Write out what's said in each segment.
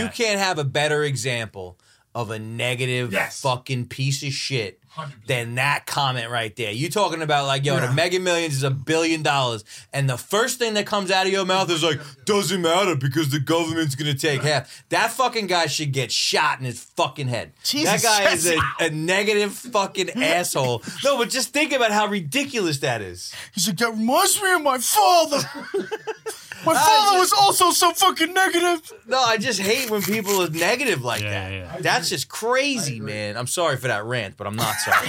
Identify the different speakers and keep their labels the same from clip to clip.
Speaker 1: You can't have a better example of a negative
Speaker 2: Yes.
Speaker 1: fucking piece of shit
Speaker 2: 100%.
Speaker 1: than that comment right there. You talking about like, yo, the Mega Millions is a billion dollars, and the first thing that comes out of your mouth is like, doesn't matter because the government's gonna take half. That fucking guy should get shot in his fucking head.
Speaker 3: Jesus,
Speaker 1: that guy is a,
Speaker 3: that's-
Speaker 1: a negative fucking asshole. No, but just think about how ridiculous that is.
Speaker 3: He's like, that reminds me of my father. my father was also so fucking negative.
Speaker 1: No, I just hate when people are negative like
Speaker 4: Yeah,
Speaker 1: that.
Speaker 4: yeah. I
Speaker 1: That's just crazy, man. I'm sorry for that rant, but I'm not sorry.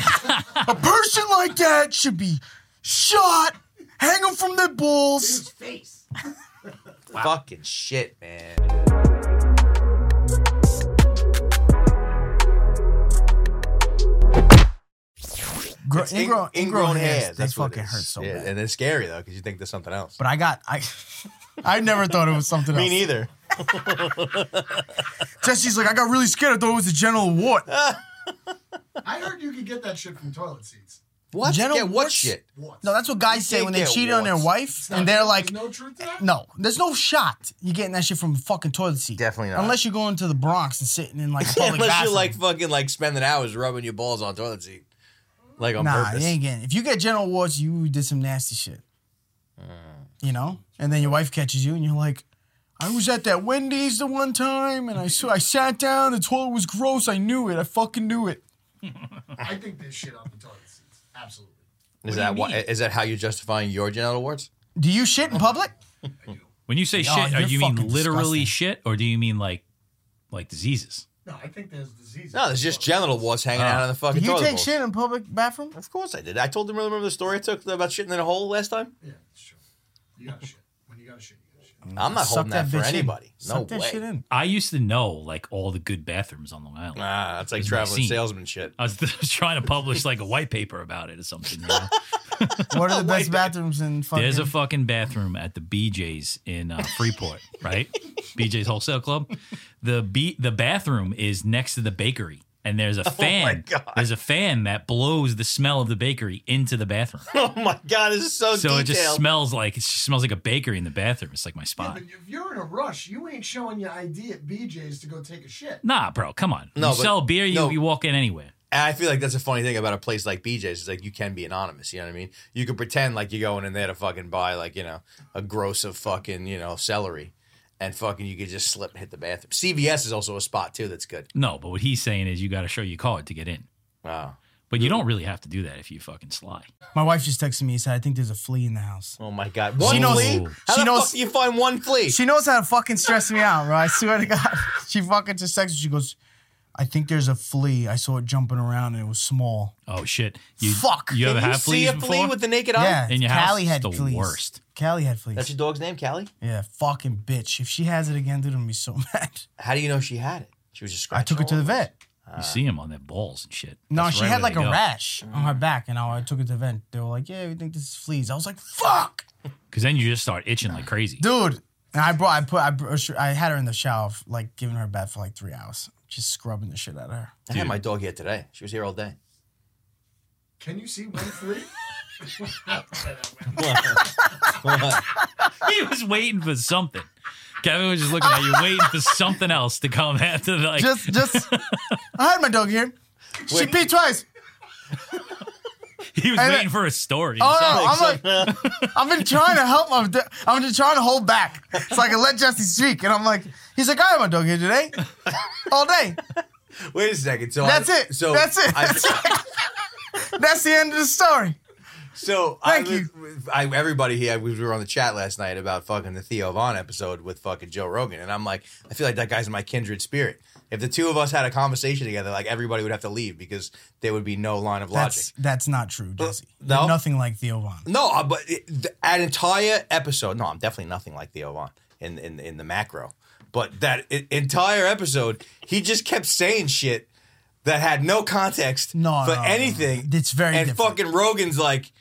Speaker 3: A person like that should be shot, hang him from their balls.
Speaker 2: face.
Speaker 1: Fucking shit, man.
Speaker 3: Gr-
Speaker 1: Ing-
Speaker 3: ingrown, ingrown hairs. They
Speaker 1: that's what it
Speaker 3: fucking
Speaker 1: is.
Speaker 3: hurt so
Speaker 1: yeah,
Speaker 3: bad.
Speaker 1: And it's scary though, because you think there's something else.
Speaker 3: But I got I. I never thought it was something
Speaker 1: Me
Speaker 3: else.
Speaker 1: neither.
Speaker 3: Jesse's like, I got really scared. I thought it was a general wart.
Speaker 2: I heard you could get that shit from toilet seats.
Speaker 1: What?
Speaker 3: General
Speaker 1: yeah, what
Speaker 3: warts?
Speaker 1: shit?
Speaker 2: Once.
Speaker 3: No, that's what guys say
Speaker 1: can't
Speaker 3: when they
Speaker 1: get
Speaker 3: cheated on their
Speaker 1: warts.
Speaker 3: wife, and they're like,
Speaker 2: There's no truth to that?
Speaker 3: No, there's no shot. You're getting that shit from a fucking toilet seat.
Speaker 1: Definitely not.
Speaker 3: Unless you're going to the Bronx and sitting in like a public
Speaker 1: Unless
Speaker 3: bathroom.
Speaker 1: you're like fucking like spending hours rubbing your balls on toilet seat, like on
Speaker 3: nah,
Speaker 1: purpose.
Speaker 3: you ain't getting. If you get general wards, you did some nasty shit.
Speaker 1: Mm.
Speaker 3: You know, and then your wife catches you, and you're like, I was at that Wendy's the one time, and I saw I sat down. The toilet was gross. I knew it. I fucking knew it.
Speaker 2: I think there's shit on the toilet seats. Absolutely.
Speaker 1: is that what? Is that how you're justifying your genital warts?
Speaker 3: Do you shit in public?
Speaker 4: When you say
Speaker 3: Oh,
Speaker 4: shit, are
Speaker 3: you're
Speaker 4: you mean
Speaker 3: fucking
Speaker 4: literally
Speaker 3: disgusting.
Speaker 4: shit, or do you mean like like diseases?
Speaker 2: No, I think there's diseases.
Speaker 1: No, there's just genital warts hanging out on the
Speaker 3: Do
Speaker 1: fucking
Speaker 3: you
Speaker 1: toilet
Speaker 3: take
Speaker 1: bowl.
Speaker 3: shit in public bathroom?
Speaker 1: Of course I did. I told them remember the story I took about shitting in a hole last time.
Speaker 2: Yeah, it's true. You gotta shit. When you gotta shit, you gotta shit.
Speaker 1: I'm not
Speaker 3: Suck
Speaker 1: holding that, for
Speaker 3: bitch in.
Speaker 1: anybody. No
Speaker 3: Suck that
Speaker 1: way.
Speaker 3: shit in.
Speaker 4: I used to know like all the good bathrooms on Long Island.
Speaker 1: Nah, that's like
Speaker 4: It's
Speaker 1: traveling
Speaker 4: obscene.
Speaker 1: salesman shit.
Speaker 4: I was trying to publish like a white paper about it or something. You know?
Speaker 3: What are
Speaker 1: Wait.
Speaker 3: the best bathrooms in fucking?
Speaker 4: There's a fucking bathroom at the BJ's in uh, Freeport, right? BJ's Wholesale Club. The B- the bathroom is next to the bakery, and there's a
Speaker 3: Oh
Speaker 4: fan.
Speaker 1: God.
Speaker 4: There's a fan that blows the smell of the bakery into the bathroom,
Speaker 1: Oh my god, this is so,
Speaker 4: so
Speaker 1: detailed.
Speaker 4: it just smells like it just smells like a bakery in the bathroom. It's like my
Speaker 2: Yeah,
Speaker 4: spot.
Speaker 2: but if you're in a rush, you ain't showing your ID at BJ's to go take a shit.
Speaker 4: Nah, bro, come on.
Speaker 1: No,
Speaker 4: you
Speaker 1: but-
Speaker 4: sell beer, you,
Speaker 1: no.
Speaker 4: you walk in anywhere.
Speaker 1: And I feel like that's a funny thing about a place like BJ's. It's like you can be anonymous. You know what I mean? You can pretend like you're going in there to fucking buy like you know a gross of fucking you know celery, and fucking you could just slip and hit the bathroom. CVS is also a spot too that's good.
Speaker 4: No, but what he's saying is you got to show your card to get in.
Speaker 1: Wow.
Speaker 4: But you don't really have to do that if you fucking sly.
Speaker 3: My wife just texted me and said, I think there's a flea in the house.
Speaker 1: Oh my god. One
Speaker 4: knows-
Speaker 1: flea? How
Speaker 3: she
Speaker 1: the
Speaker 3: knows-
Speaker 1: fuck do you find one flea?
Speaker 3: She knows how to fucking stress me out, bro. I swear to God. She fucking just texted. She goes, I think there's a flea. I saw it jumping around and it was small.
Speaker 4: Oh shit! You,
Speaker 3: Fuck.
Speaker 4: You ever
Speaker 1: Did you
Speaker 4: have
Speaker 1: see
Speaker 4: fleas
Speaker 1: a flea
Speaker 4: before?
Speaker 1: with the naked eye?
Speaker 3: Yeah.
Speaker 4: Oh. In your house,
Speaker 3: Callie
Speaker 4: it's
Speaker 3: had
Speaker 4: the
Speaker 3: fleas.
Speaker 4: worst.
Speaker 3: Callie had fleas.
Speaker 1: That's your dog's name, Callie.
Speaker 3: yeah, fucking bitch. If she has it again, dude, I'm gonna be so mad.
Speaker 1: How do you know she had it? She was just.
Speaker 3: I took her to the
Speaker 1: scratching all
Speaker 3: vet.
Speaker 4: you see him on their balls and shit.
Speaker 3: No,
Speaker 4: That's
Speaker 3: she
Speaker 4: right
Speaker 3: had
Speaker 4: where
Speaker 3: like
Speaker 4: they
Speaker 3: a
Speaker 4: go.
Speaker 3: rash on her back, and I I took her to the vet. They were like, "Yeah, we think this is fleas." I was like, "Fuck,
Speaker 4: Because then you just start itching like crazy.
Speaker 3: dude!" And I brought, I put, I, br- I had her in the shower, like giving her a bath for like three hours, just scrubbing the shit out of her.
Speaker 1: I had my dog here today. She was here all day.
Speaker 2: Can you see one flea?
Speaker 4: he was waiting for something. Kevin was just looking at you, waiting for something else to come after. the, Like,
Speaker 3: just just I had my dog here. She
Speaker 1: Wait.
Speaker 3: peed twice.
Speaker 4: he was
Speaker 3: and-
Speaker 4: waiting for a story.
Speaker 3: Oh no! I'm like, I've been trying to help. I've d- I've been trying to hold back so I can let Jesse speak. And I'm like, he's like, I had my dog here today, all day.
Speaker 1: Wait a second. So I-
Speaker 3: That's it.
Speaker 1: So
Speaker 3: that's it.
Speaker 1: I-
Speaker 3: That's, it. That's the end of the story.
Speaker 1: So
Speaker 3: Thank
Speaker 1: I, was- I everybody here we were on the chat last night about fucking the Theo Vaughn episode with fucking Joe Rogan, and I'm like, I feel like that guy's my kindred spirit. If the two of us had a conversation together, like everybody would have to leave because there would be no line of logic. Uh,
Speaker 3: That's that's not true, Jesse.
Speaker 1: no?
Speaker 3: nothing like Theo Vaughn.
Speaker 1: No, uh, but it, th- an entire episode. No, I'm definitely nothing like Theo Vaughn in in in the macro. But that I- entire episode, he just kept saying shit that had no context
Speaker 3: No,
Speaker 1: for
Speaker 3: no, no, no.
Speaker 1: anything.
Speaker 3: It's very
Speaker 1: and
Speaker 3: different.
Speaker 1: fucking Rogan's like.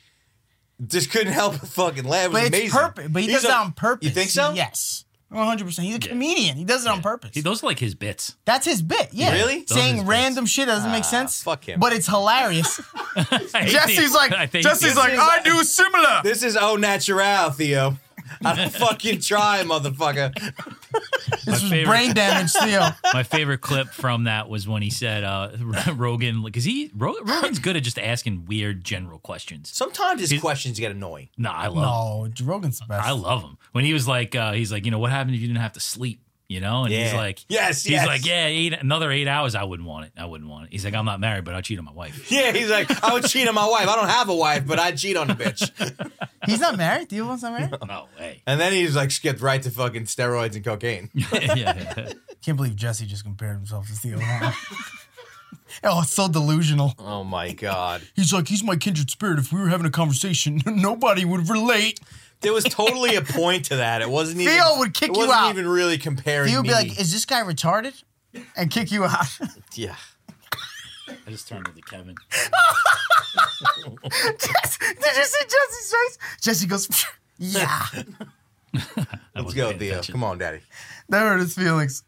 Speaker 1: Just couldn't help but fucking laugh. It was
Speaker 3: But it's
Speaker 1: amazing.
Speaker 3: purpose. But he
Speaker 1: He's
Speaker 3: does it
Speaker 1: a-
Speaker 3: on purpose.
Speaker 1: You think so?
Speaker 3: Yes. 100. percent He's a comedian. He does it on purpose.
Speaker 4: He, those are like his bits.
Speaker 3: That's his bit. Yeah.
Speaker 1: Really? Those
Speaker 4: are his
Speaker 3: Saying
Speaker 4: bits.
Speaker 3: random shit that doesn't make sense.
Speaker 1: fuck him.
Speaker 3: But it's hilarious.
Speaker 4: I hate
Speaker 3: Jesse's
Speaker 4: the- I
Speaker 3: like
Speaker 4: think
Speaker 3: Jesse's
Speaker 4: the-
Speaker 3: like I do similar.
Speaker 1: This is au naturel, Theo. I don't fucking try, motherfucker.
Speaker 3: This was
Speaker 4: favorite-
Speaker 3: brain damage, Theo.
Speaker 4: My favorite clip from that was when he said uh, Rogan because he Ro- Rogan's good at just asking weird general questions.
Speaker 1: Sometimes his questions get annoying.
Speaker 4: No, I love
Speaker 3: No, Rogan's the best.
Speaker 4: I love him when he was like uh, he's like you know what happened if you didn't have to sleep you know and he's
Speaker 1: Yeah.
Speaker 4: like
Speaker 1: Yes,
Speaker 4: he's
Speaker 1: yes.
Speaker 4: like yeah eight, another eight hours I wouldn't want it I wouldn't want it he's like I'm not married but I'll cheat on my wife
Speaker 1: Yeah, he's like, I would cheat on my wife. I don't have a wife, but I'd cheat on a bitch.
Speaker 3: He's not married. Theo Von's not married.
Speaker 4: no way
Speaker 1: And then he's like skipped right to fucking steroids and cocaine.
Speaker 4: yeah.
Speaker 3: Can't believe Jesse just compared himself to Theo Von. oh, it's so delusional.
Speaker 1: Oh my god.
Speaker 3: He's like, he's my kindred spirit. If we were having a conversation, nobody would relate.
Speaker 1: There was totally a point to that. It wasn't even
Speaker 3: Theo would kick
Speaker 1: it
Speaker 3: you
Speaker 1: wasn't
Speaker 3: out.
Speaker 1: even really comparing.
Speaker 3: Theo would be
Speaker 1: me.
Speaker 3: like, is this guy retarded? And kick you out.
Speaker 1: yeah.
Speaker 4: I just turned it to Kevin
Speaker 3: Jesse, did you see Jesse's face? Jesse goes, yeah.
Speaker 1: Let's go, Theo. Come on, Daddy.
Speaker 3: That hurt his feelings.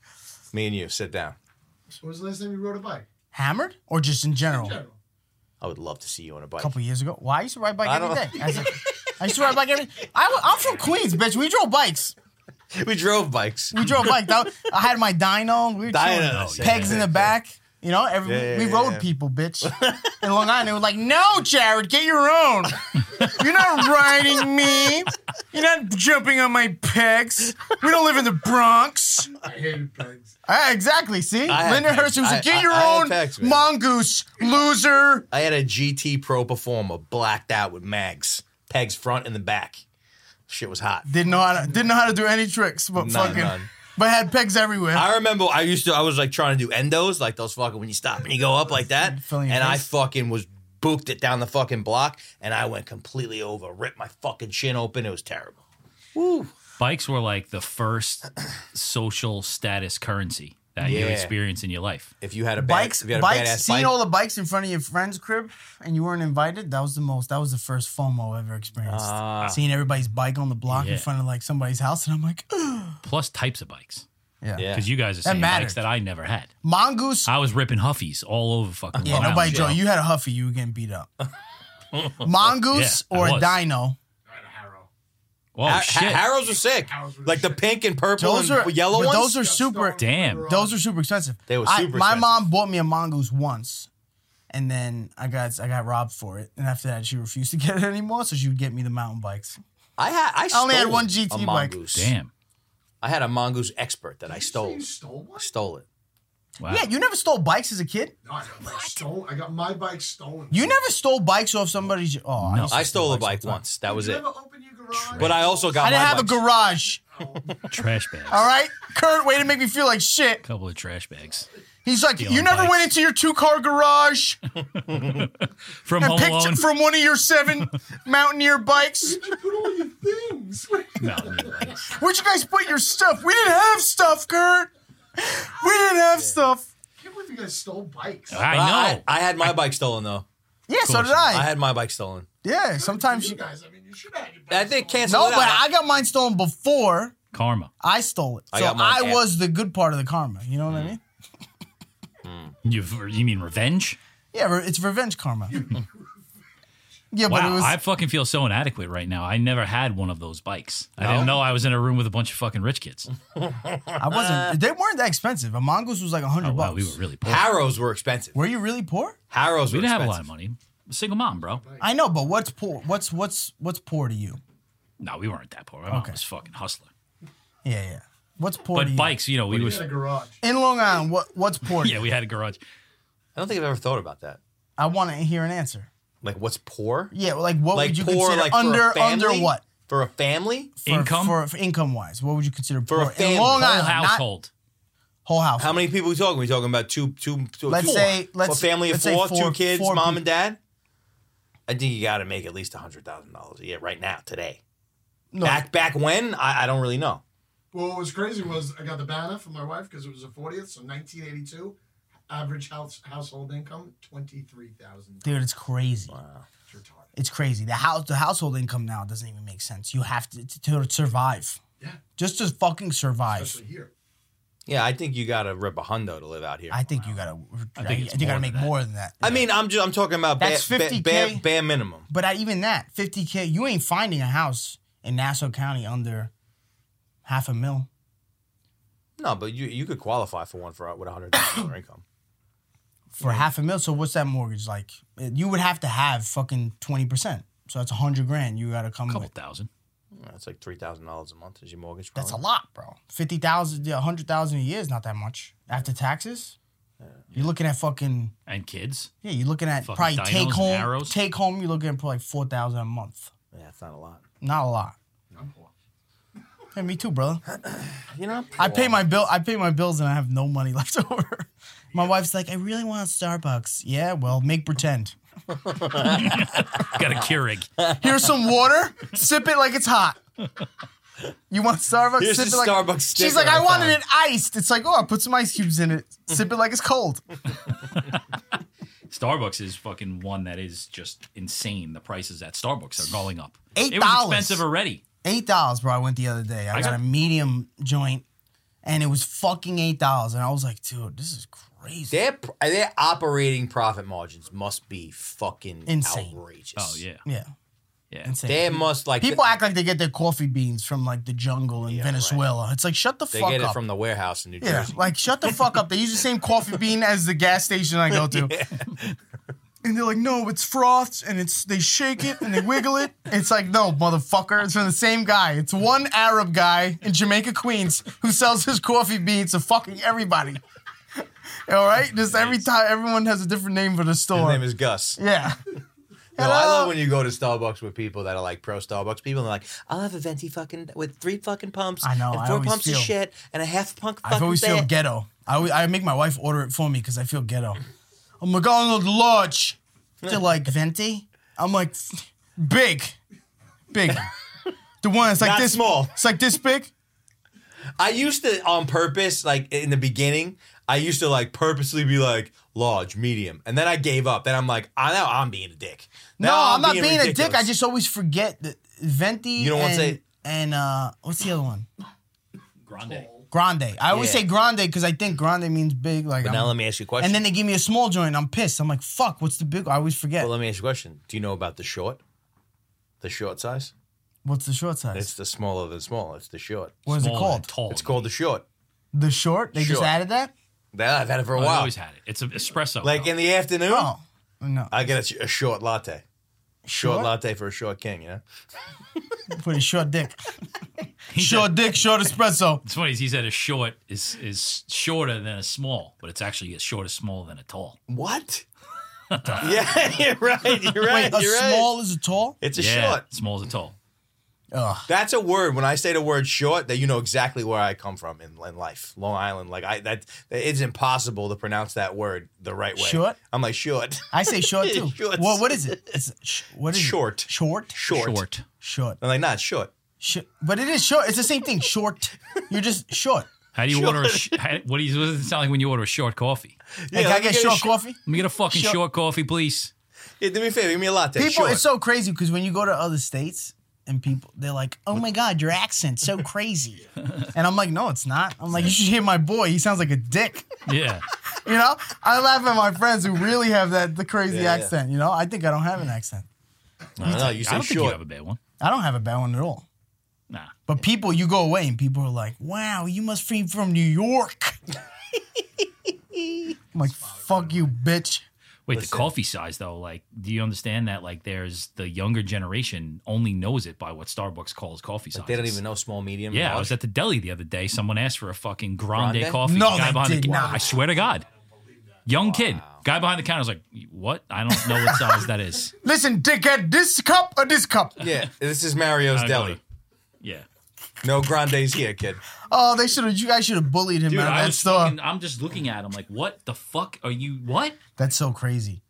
Speaker 1: Me and you sit down.
Speaker 2: When was the last time you rode a bike?
Speaker 3: Hammered or just in
Speaker 1: Oh.
Speaker 3: general?
Speaker 2: In
Speaker 3: A
Speaker 2: general.
Speaker 1: I would love to see you on a bike.
Speaker 3: couple years ago. Why I used to ride bike
Speaker 1: I
Speaker 3: every
Speaker 1: don't-
Speaker 3: day. As a- I used to ride bike every. I, wa- I'm from Queens, bitch. We drove bikes.
Speaker 1: We drove bikes.
Speaker 3: We drove bikes. That- I had my dyno. We were
Speaker 1: Dyno,
Speaker 3: chilling.
Speaker 1: yeah,
Speaker 3: pegs
Speaker 1: yeah,
Speaker 3: in
Speaker 1: yeah.
Speaker 3: the back. You know, every,
Speaker 1: Yeah, yeah,
Speaker 3: we
Speaker 1: yeah,
Speaker 3: rode
Speaker 1: yeah.
Speaker 3: people, bitch. In Long Island, they were like, "No, Jared, get your own. You're not riding me. You're not jumping on my pegs. We don't live in the Bronx."
Speaker 2: I hated pegs.
Speaker 3: Ah, exactly. See,
Speaker 1: I had
Speaker 3: Linda
Speaker 1: pegs.
Speaker 3: Hurst was
Speaker 1: I-
Speaker 3: like, "Get
Speaker 1: I-
Speaker 3: your
Speaker 1: I had
Speaker 3: own,
Speaker 1: pegs, man.
Speaker 3: mongoose, loser."
Speaker 1: I had a GT Pro Performer blacked out with mags, pegs front and the back. Shit was hot.
Speaker 3: Didn't know how to didn't know how to do any tricks, but
Speaker 1: None,
Speaker 3: fucking
Speaker 1: none.
Speaker 3: but had pegs everywhere.
Speaker 1: I remember I used to I was like trying to do endos like those fucking when you stop and you go up like that
Speaker 3: Filling
Speaker 1: and
Speaker 3: your
Speaker 1: I
Speaker 3: face.
Speaker 1: fucking was booked it down the fucking block and I went completely over ripped my fucking shin open it was terrible
Speaker 4: bikes were like the first social status currency that you
Speaker 1: Yeah.
Speaker 4: experience in your life
Speaker 1: if you had a bad,
Speaker 3: bikes,
Speaker 1: if you had a
Speaker 3: bikes,
Speaker 1: badass
Speaker 3: seeing
Speaker 1: bike
Speaker 3: all the bikes in front of your friend's crib and you weren't invited, that was the most that was the first FOMO I ever experienced.
Speaker 1: Ah.
Speaker 3: seeing everybody's bike on the block
Speaker 4: Yeah.
Speaker 3: in front of like somebody's house and I'm like,
Speaker 4: plus types of bikes
Speaker 3: yeah.
Speaker 1: yeah
Speaker 4: because you guys are saying
Speaker 3: mattered.
Speaker 4: bikes that I never had
Speaker 3: Mongoose.
Speaker 1: Ah,
Speaker 4: I was ripping huffies all over fucking
Speaker 3: yeah,
Speaker 4: Long Island,
Speaker 3: nobody
Speaker 4: bro.
Speaker 3: joined. You had a huffy, you were getting beat up. Mongoose
Speaker 4: Yeah, I
Speaker 3: or a
Speaker 4: was.
Speaker 3: dino.
Speaker 2: I had a harrow.
Speaker 4: oh
Speaker 1: Ha-
Speaker 4: shit
Speaker 1: Ha- Harrows were sick
Speaker 2: Harrows were
Speaker 1: like the
Speaker 2: sick.
Speaker 1: pink and purple
Speaker 3: Those
Speaker 1: and
Speaker 3: are
Speaker 1: yellow
Speaker 3: but
Speaker 1: ones
Speaker 3: Those are
Speaker 2: Got
Speaker 3: super
Speaker 2: stolen
Speaker 4: Damn.
Speaker 2: under a-
Speaker 3: Those are super expensive.
Speaker 1: They were
Speaker 3: I-
Speaker 1: super
Speaker 3: My
Speaker 1: expensive.
Speaker 3: mom bought me a mongoose once, and then I got I got robbed for it. And after that, she refused to get it anymore, so she would get me the mountain bikes.
Speaker 1: I had I
Speaker 3: only had
Speaker 1: stole
Speaker 3: one
Speaker 1: a
Speaker 3: GT bike.
Speaker 1: mongoose.
Speaker 4: damn
Speaker 1: I had a mongoose expert that I
Speaker 2: Did you say
Speaker 1: stole
Speaker 2: You stole one?
Speaker 1: stole it
Speaker 4: wow
Speaker 3: Yeah, you never stole bikes as a kid.
Speaker 2: No, I got, my stole, I got my bike stolen.
Speaker 3: You never stole bikes off somebody's. Oh,
Speaker 4: No.
Speaker 3: used to
Speaker 1: I stole a
Speaker 3: bikes
Speaker 1: bike
Speaker 3: all the time.
Speaker 1: once that was
Speaker 2: Did you
Speaker 1: it
Speaker 2: ever open your garage?
Speaker 1: but I also got
Speaker 3: I didn't
Speaker 1: my
Speaker 3: have a
Speaker 1: bikes.
Speaker 3: garage.
Speaker 4: trash bags
Speaker 3: All right, Kurt, way to make me feel like shit.
Speaker 4: couple of trash bags
Speaker 3: He's like,
Speaker 4: Stealing
Speaker 3: you never
Speaker 4: bikes.
Speaker 3: went into your two car garage
Speaker 4: from
Speaker 3: and
Speaker 4: Home
Speaker 3: picked
Speaker 4: Alone.
Speaker 3: from one of your seven mountaineer bikes.
Speaker 2: Where'd you put all your things?
Speaker 4: No, no, thanks.
Speaker 3: Where'd you guys put your stuff? We didn't have stuff, Kurt. We didn't have stuff.
Speaker 2: I can't believe you guys stole bikes.
Speaker 4: I
Speaker 1: But I,
Speaker 4: know.
Speaker 1: I had my bike stolen though
Speaker 3: Yeah, so
Speaker 4: course.
Speaker 3: did I.
Speaker 1: I had my bike stolen
Speaker 3: yeah, sometimes
Speaker 2: you
Speaker 3: you.
Speaker 2: guys. I mean, you should have had your bike
Speaker 1: I think
Speaker 2: stolen.
Speaker 1: cancel
Speaker 3: No,
Speaker 1: it
Speaker 3: but
Speaker 1: out.
Speaker 3: I got mine stolen before
Speaker 4: Karma.
Speaker 3: I stole it.
Speaker 1: I
Speaker 3: So
Speaker 1: got mine
Speaker 3: I
Speaker 1: after. Mm.
Speaker 3: was the good part of the karma. You know what I mean?
Speaker 4: You you mean revenge?
Speaker 3: Yeah, re- it's revenge karma. yeah, but it
Speaker 4: Wow,
Speaker 3: was.
Speaker 4: I fucking feel so inadequate right now. I never had one of those bikes. I
Speaker 1: No?
Speaker 4: didn't know I was in a room with a bunch of fucking rich kids.
Speaker 3: I wasn't. They weren't that expensive. A mongoose was like a hundred
Speaker 4: Oh, wow,
Speaker 3: bucks.
Speaker 4: we were really poor.
Speaker 1: Harrows were expensive.
Speaker 3: Were you really poor?
Speaker 1: Harrows
Speaker 4: we
Speaker 1: were
Speaker 4: didn't have a
Speaker 1: expensive.
Speaker 4: lot of money. A single mom, bro.
Speaker 3: I know, but what's poor? What's what's what's poor to you?
Speaker 4: No, we weren't that poor. My mom
Speaker 3: Okay.
Speaker 4: was fucking hustler.
Speaker 3: Yeah, yeah. What's poor to
Speaker 4: But
Speaker 3: you?
Speaker 4: bikes, you know, we
Speaker 2: You
Speaker 4: was
Speaker 2: had a garage.
Speaker 3: in Long Island. What what's poor? to
Speaker 4: yeah,
Speaker 3: you?
Speaker 4: we had a garage.
Speaker 1: I don't think I've ever thought about that.
Speaker 3: I want to hear an answer.
Speaker 1: Like, what's poor?
Speaker 3: Yeah, like what
Speaker 1: Like
Speaker 3: would you
Speaker 1: poor,
Speaker 3: consider
Speaker 1: like for a
Speaker 3: under
Speaker 1: family?
Speaker 3: under what?
Speaker 1: For a family?
Speaker 3: For,
Speaker 4: Income?
Speaker 3: for, for income wise, what would you consider
Speaker 1: For a
Speaker 3: poor
Speaker 1: family.
Speaker 3: in
Speaker 1: Whole
Speaker 3: Long
Speaker 4: Whole
Speaker 3: Island? not-
Speaker 4: household.
Speaker 3: whole house.
Speaker 1: How many people we talking? we talking about two, two, two
Speaker 3: Let's
Speaker 1: four.
Speaker 3: say- let's-
Speaker 1: a family of
Speaker 3: let's say
Speaker 1: four,
Speaker 3: four-
Speaker 1: two kids,
Speaker 3: four
Speaker 1: mom
Speaker 3: people.
Speaker 1: and dad. I think you got to make at least hundred thousand dollars a year right now, today.
Speaker 3: No,
Speaker 1: Back back when I, I don't really know.
Speaker 2: Well, what was crazy was I got the banner for my wife because it was the 40th, so 1982. Average house household income twenty three thousand.
Speaker 3: dude, it's crazy.
Speaker 2: retarded.
Speaker 3: It's crazy. The house, the household income now doesn't even make sense. You have to to, to survive,
Speaker 2: Yeah,
Speaker 3: just to fucking survive.
Speaker 2: especially here.
Speaker 1: Yeah, I think you got to rip a hundo to live out here.
Speaker 3: I think you gotta. I
Speaker 4: think
Speaker 3: think,
Speaker 4: it's
Speaker 3: you
Speaker 4: more
Speaker 3: gotta
Speaker 4: than
Speaker 3: make
Speaker 4: that.
Speaker 3: more than that.
Speaker 1: I mean, I'm just I'm talking about
Speaker 3: That's
Speaker 1: bare, bare,
Speaker 3: 50K.
Speaker 1: bare, bare minimum.
Speaker 3: But at even that, fifty k, you ain't finding a house in Nassau County under half a mil.
Speaker 1: No, but you you could qualify for one for with a hundred thousand dollar income.
Speaker 3: for half a mil. So what's that mortgage like? Uh, You would have to have fucking twenty percent. So that's a hundred grand you got to come
Speaker 4: couple
Speaker 3: with.
Speaker 4: thousand.
Speaker 1: That's like three thousand dollars a month is your mortgage.
Speaker 3: That's a
Speaker 1: probably.
Speaker 3: lot, bro. Fifty thousand, a hundred thousand a year is not that much after taxes. You're looking at fucking
Speaker 4: And kids.
Speaker 3: yeah. You're looking at
Speaker 4: Fucking
Speaker 3: probably
Speaker 4: dinos
Speaker 3: take
Speaker 4: and
Speaker 3: home
Speaker 4: arrows.
Speaker 3: take home. You're looking at probably four thousand a month.
Speaker 1: Yeah, it's not a lot.
Speaker 3: Not a lot.
Speaker 2: I'm poor.
Speaker 3: Yeah, me too, brother.
Speaker 1: You know,
Speaker 3: I pay my bill. I pay my bills and I have no money left over. My wife's like, I really want Starbucks. Yeah, well, make pretend.
Speaker 4: Got a Keurig.
Speaker 3: Here's some water. sip it like it's hot. You want Starbucks?
Speaker 1: Here's
Speaker 3: sip
Speaker 1: the
Speaker 3: it like
Speaker 1: Starbucks
Speaker 3: She's
Speaker 1: sticker
Speaker 3: like, I
Speaker 1: I
Speaker 3: wanted
Speaker 1: found."
Speaker 3: it iced. It's like, oh, I put some ice cubes in it. Sip it like it's cold.
Speaker 4: Starbucks is fucking one that is just insane. The prices at Starbucks are going up.
Speaker 3: Eight
Speaker 4: It was
Speaker 3: dollars.
Speaker 4: expensive already.
Speaker 3: Eight dollars, bro. I went the other day. I,
Speaker 4: I
Speaker 3: got,
Speaker 4: got-
Speaker 3: a medium joint, and it was fucking eight dollars. And I was like, dude, this is crazy.
Speaker 1: Their pr- their operating profit margins must be fucking
Speaker 3: Insane.
Speaker 1: outrageous.
Speaker 4: Oh yeah,
Speaker 3: Yeah,
Speaker 4: yeah.
Speaker 3: insane.
Speaker 1: they must like
Speaker 3: People act like they get their coffee beans from like the jungle in
Speaker 1: Yeah,
Speaker 3: Venezuela. It's like, shut the
Speaker 1: They
Speaker 3: fuck
Speaker 1: get
Speaker 3: up.
Speaker 1: it from the warehouse in New
Speaker 3: yeah,
Speaker 1: Jersey.
Speaker 3: like shut the fuck up. They use the same coffee bean as the gas station I go to. And they're like, no, it's froths, and it's they shake it and they wiggle it. It's like, no, motherfucker, it's from the same guy. It's one Arab guy in Jamaica, Queens, who sells his coffee beans to fucking everybody. All right, just every time everyone has a different name for the
Speaker 1: His
Speaker 3: store.
Speaker 1: name is Gus.
Speaker 3: yeah,
Speaker 1: No, I love when you go to Starbucks with people that are like pro Starbucks people and they're like, I'll have a venti fucking with three fucking pumps
Speaker 3: I know,
Speaker 1: and
Speaker 3: I
Speaker 1: four
Speaker 3: always
Speaker 1: pumps
Speaker 3: feel-
Speaker 1: of shit and a half punk
Speaker 3: I
Speaker 1: fucking
Speaker 3: always feel
Speaker 1: thing."
Speaker 3: ghetto. I, always- I make my wife order it for me because I feel ghetto. I'm like, oh, no, large. They're like venti. I'm like, big, big. The one that's like
Speaker 1: Not
Speaker 3: this
Speaker 1: small.
Speaker 3: It's like this big.
Speaker 1: I used to on purpose, like in the beginning, I used to like purposely be like large, medium, and then I gave up. Then I'm like, I know I'm being a dick.
Speaker 3: No,
Speaker 1: Now
Speaker 3: I'm, not being a dick.
Speaker 1: ridiculous.
Speaker 3: I just always forget that venti.
Speaker 1: You don't
Speaker 3: and,
Speaker 1: wanna say-
Speaker 3: And uh, what's the other one?
Speaker 4: Grande.
Speaker 3: Grande. I always
Speaker 1: Yeah.
Speaker 3: say grande because I think grande means big. Like,
Speaker 1: But now
Speaker 3: I'm-
Speaker 1: let me ask you a question.
Speaker 3: and then they give me a small joint. and I'm pissed. I'm like, fuck. What's the big? I always forget.
Speaker 1: Well, let me ask you a question. Do you know about the short? The short size?
Speaker 3: what's the short size?
Speaker 1: It's the smaller than small. It's the short.
Speaker 3: what is it
Speaker 4: Small
Speaker 3: called?
Speaker 4: and Tall.
Speaker 1: It's called the short.
Speaker 3: The short. They just
Speaker 1: Short.
Speaker 3: added that.
Speaker 1: That I've had it for a
Speaker 4: I've
Speaker 1: while.
Speaker 4: always had it. It's an espresso.
Speaker 1: Like
Speaker 4: though.
Speaker 1: in the afternoon,
Speaker 3: Oh no.
Speaker 1: I get a, sh- a short latte. Short,
Speaker 3: Short?
Speaker 1: latte for a short king, you know?
Speaker 3: Put a short dick. short dick. Short espresso.
Speaker 4: it's funny. He said a short is is shorter than a small, but it's actually a short is smaller than a tall.
Speaker 1: What? yeah, you're right. You're
Speaker 3: Wait,
Speaker 1: right.
Speaker 3: a
Speaker 1: you're right.
Speaker 3: small is a tall.
Speaker 1: It's a
Speaker 4: yeah,
Speaker 1: short.
Speaker 4: small is a tall.
Speaker 3: Ugh.
Speaker 1: That's a word. When I say the word short, that you know exactly where I come from in, in life, Long Island. Like I, that it's impossible to pronounce that word the right way.
Speaker 3: Short?
Speaker 1: I'm like short.
Speaker 3: I say short too.
Speaker 1: Shorts.
Speaker 3: What? What is it? It's sh- what is it?
Speaker 1: Short.
Speaker 3: Short.
Speaker 1: Short.
Speaker 4: Short.
Speaker 3: Short.
Speaker 1: I'm like not short.
Speaker 3: Short, but it is short. It's the same thing. Short. You're just short.
Speaker 4: How do you order a? Sh- how, what, do you, what does it sound like when you order a short coffee?
Speaker 1: Yeah,
Speaker 3: Like,
Speaker 1: let
Speaker 3: I
Speaker 1: me
Speaker 3: get
Speaker 1: get a
Speaker 3: short
Speaker 1: sh-
Speaker 3: coffee.
Speaker 4: Let me get a fucking
Speaker 1: Short-
Speaker 4: short, coffee, please.
Speaker 1: Yeah, do me a favor. Give me a latte.
Speaker 3: People,
Speaker 1: short.
Speaker 3: it's so crazy because when you go to other states and people, they're like, "Oh my god, your accent's so crazy," and I'm like, "No, it's not." I'm like, "You should hear my boy. He sounds like a dick."
Speaker 4: Yeah,
Speaker 3: You know, I laugh at my friends who really have that the crazy
Speaker 1: Yeah, yeah.
Speaker 3: accent. You know, I think I don't have an accent.
Speaker 1: I don't know. You
Speaker 4: I
Speaker 1: say
Speaker 4: don't think you
Speaker 1: short.
Speaker 4: have a bad one.
Speaker 3: I don't have a bad one at all.
Speaker 4: Nah,
Speaker 3: But people, you go away and people are like, "Wow, you must be from New York." I'm like, "Fuck you, bitch."
Speaker 4: Wait,
Speaker 1: Listen.
Speaker 4: the coffee size though, like, do you understand that? Like, there's the younger generation only knows it by what Starbucks calls coffee size.
Speaker 1: They don't even know small, medium.
Speaker 4: Yeah, I
Speaker 1: large.
Speaker 4: was at the deli the other day. Someone asked for a fucking grande,
Speaker 1: Grande?
Speaker 4: coffee.
Speaker 3: No,
Speaker 4: The
Speaker 3: they
Speaker 4: behind
Speaker 3: did
Speaker 4: the,
Speaker 3: not.
Speaker 4: I swear to God, young kid, guy behind the counter was like, "What? I don't know what size that is."
Speaker 3: Listen, dickhead, this cup or this cup?
Speaker 1: yeah, this is Mario's
Speaker 4: I don't know.
Speaker 1: Deli.
Speaker 4: Yeah,
Speaker 1: No grandes here, kid.
Speaker 3: Oh, they should have. You guys should have bullied him
Speaker 4: dude,
Speaker 3: out of
Speaker 4: I
Speaker 3: that
Speaker 4: was
Speaker 3: store.
Speaker 4: fucking, I'm just looking at him like, "What the fuck are you? What?
Speaker 3: That's so crazy.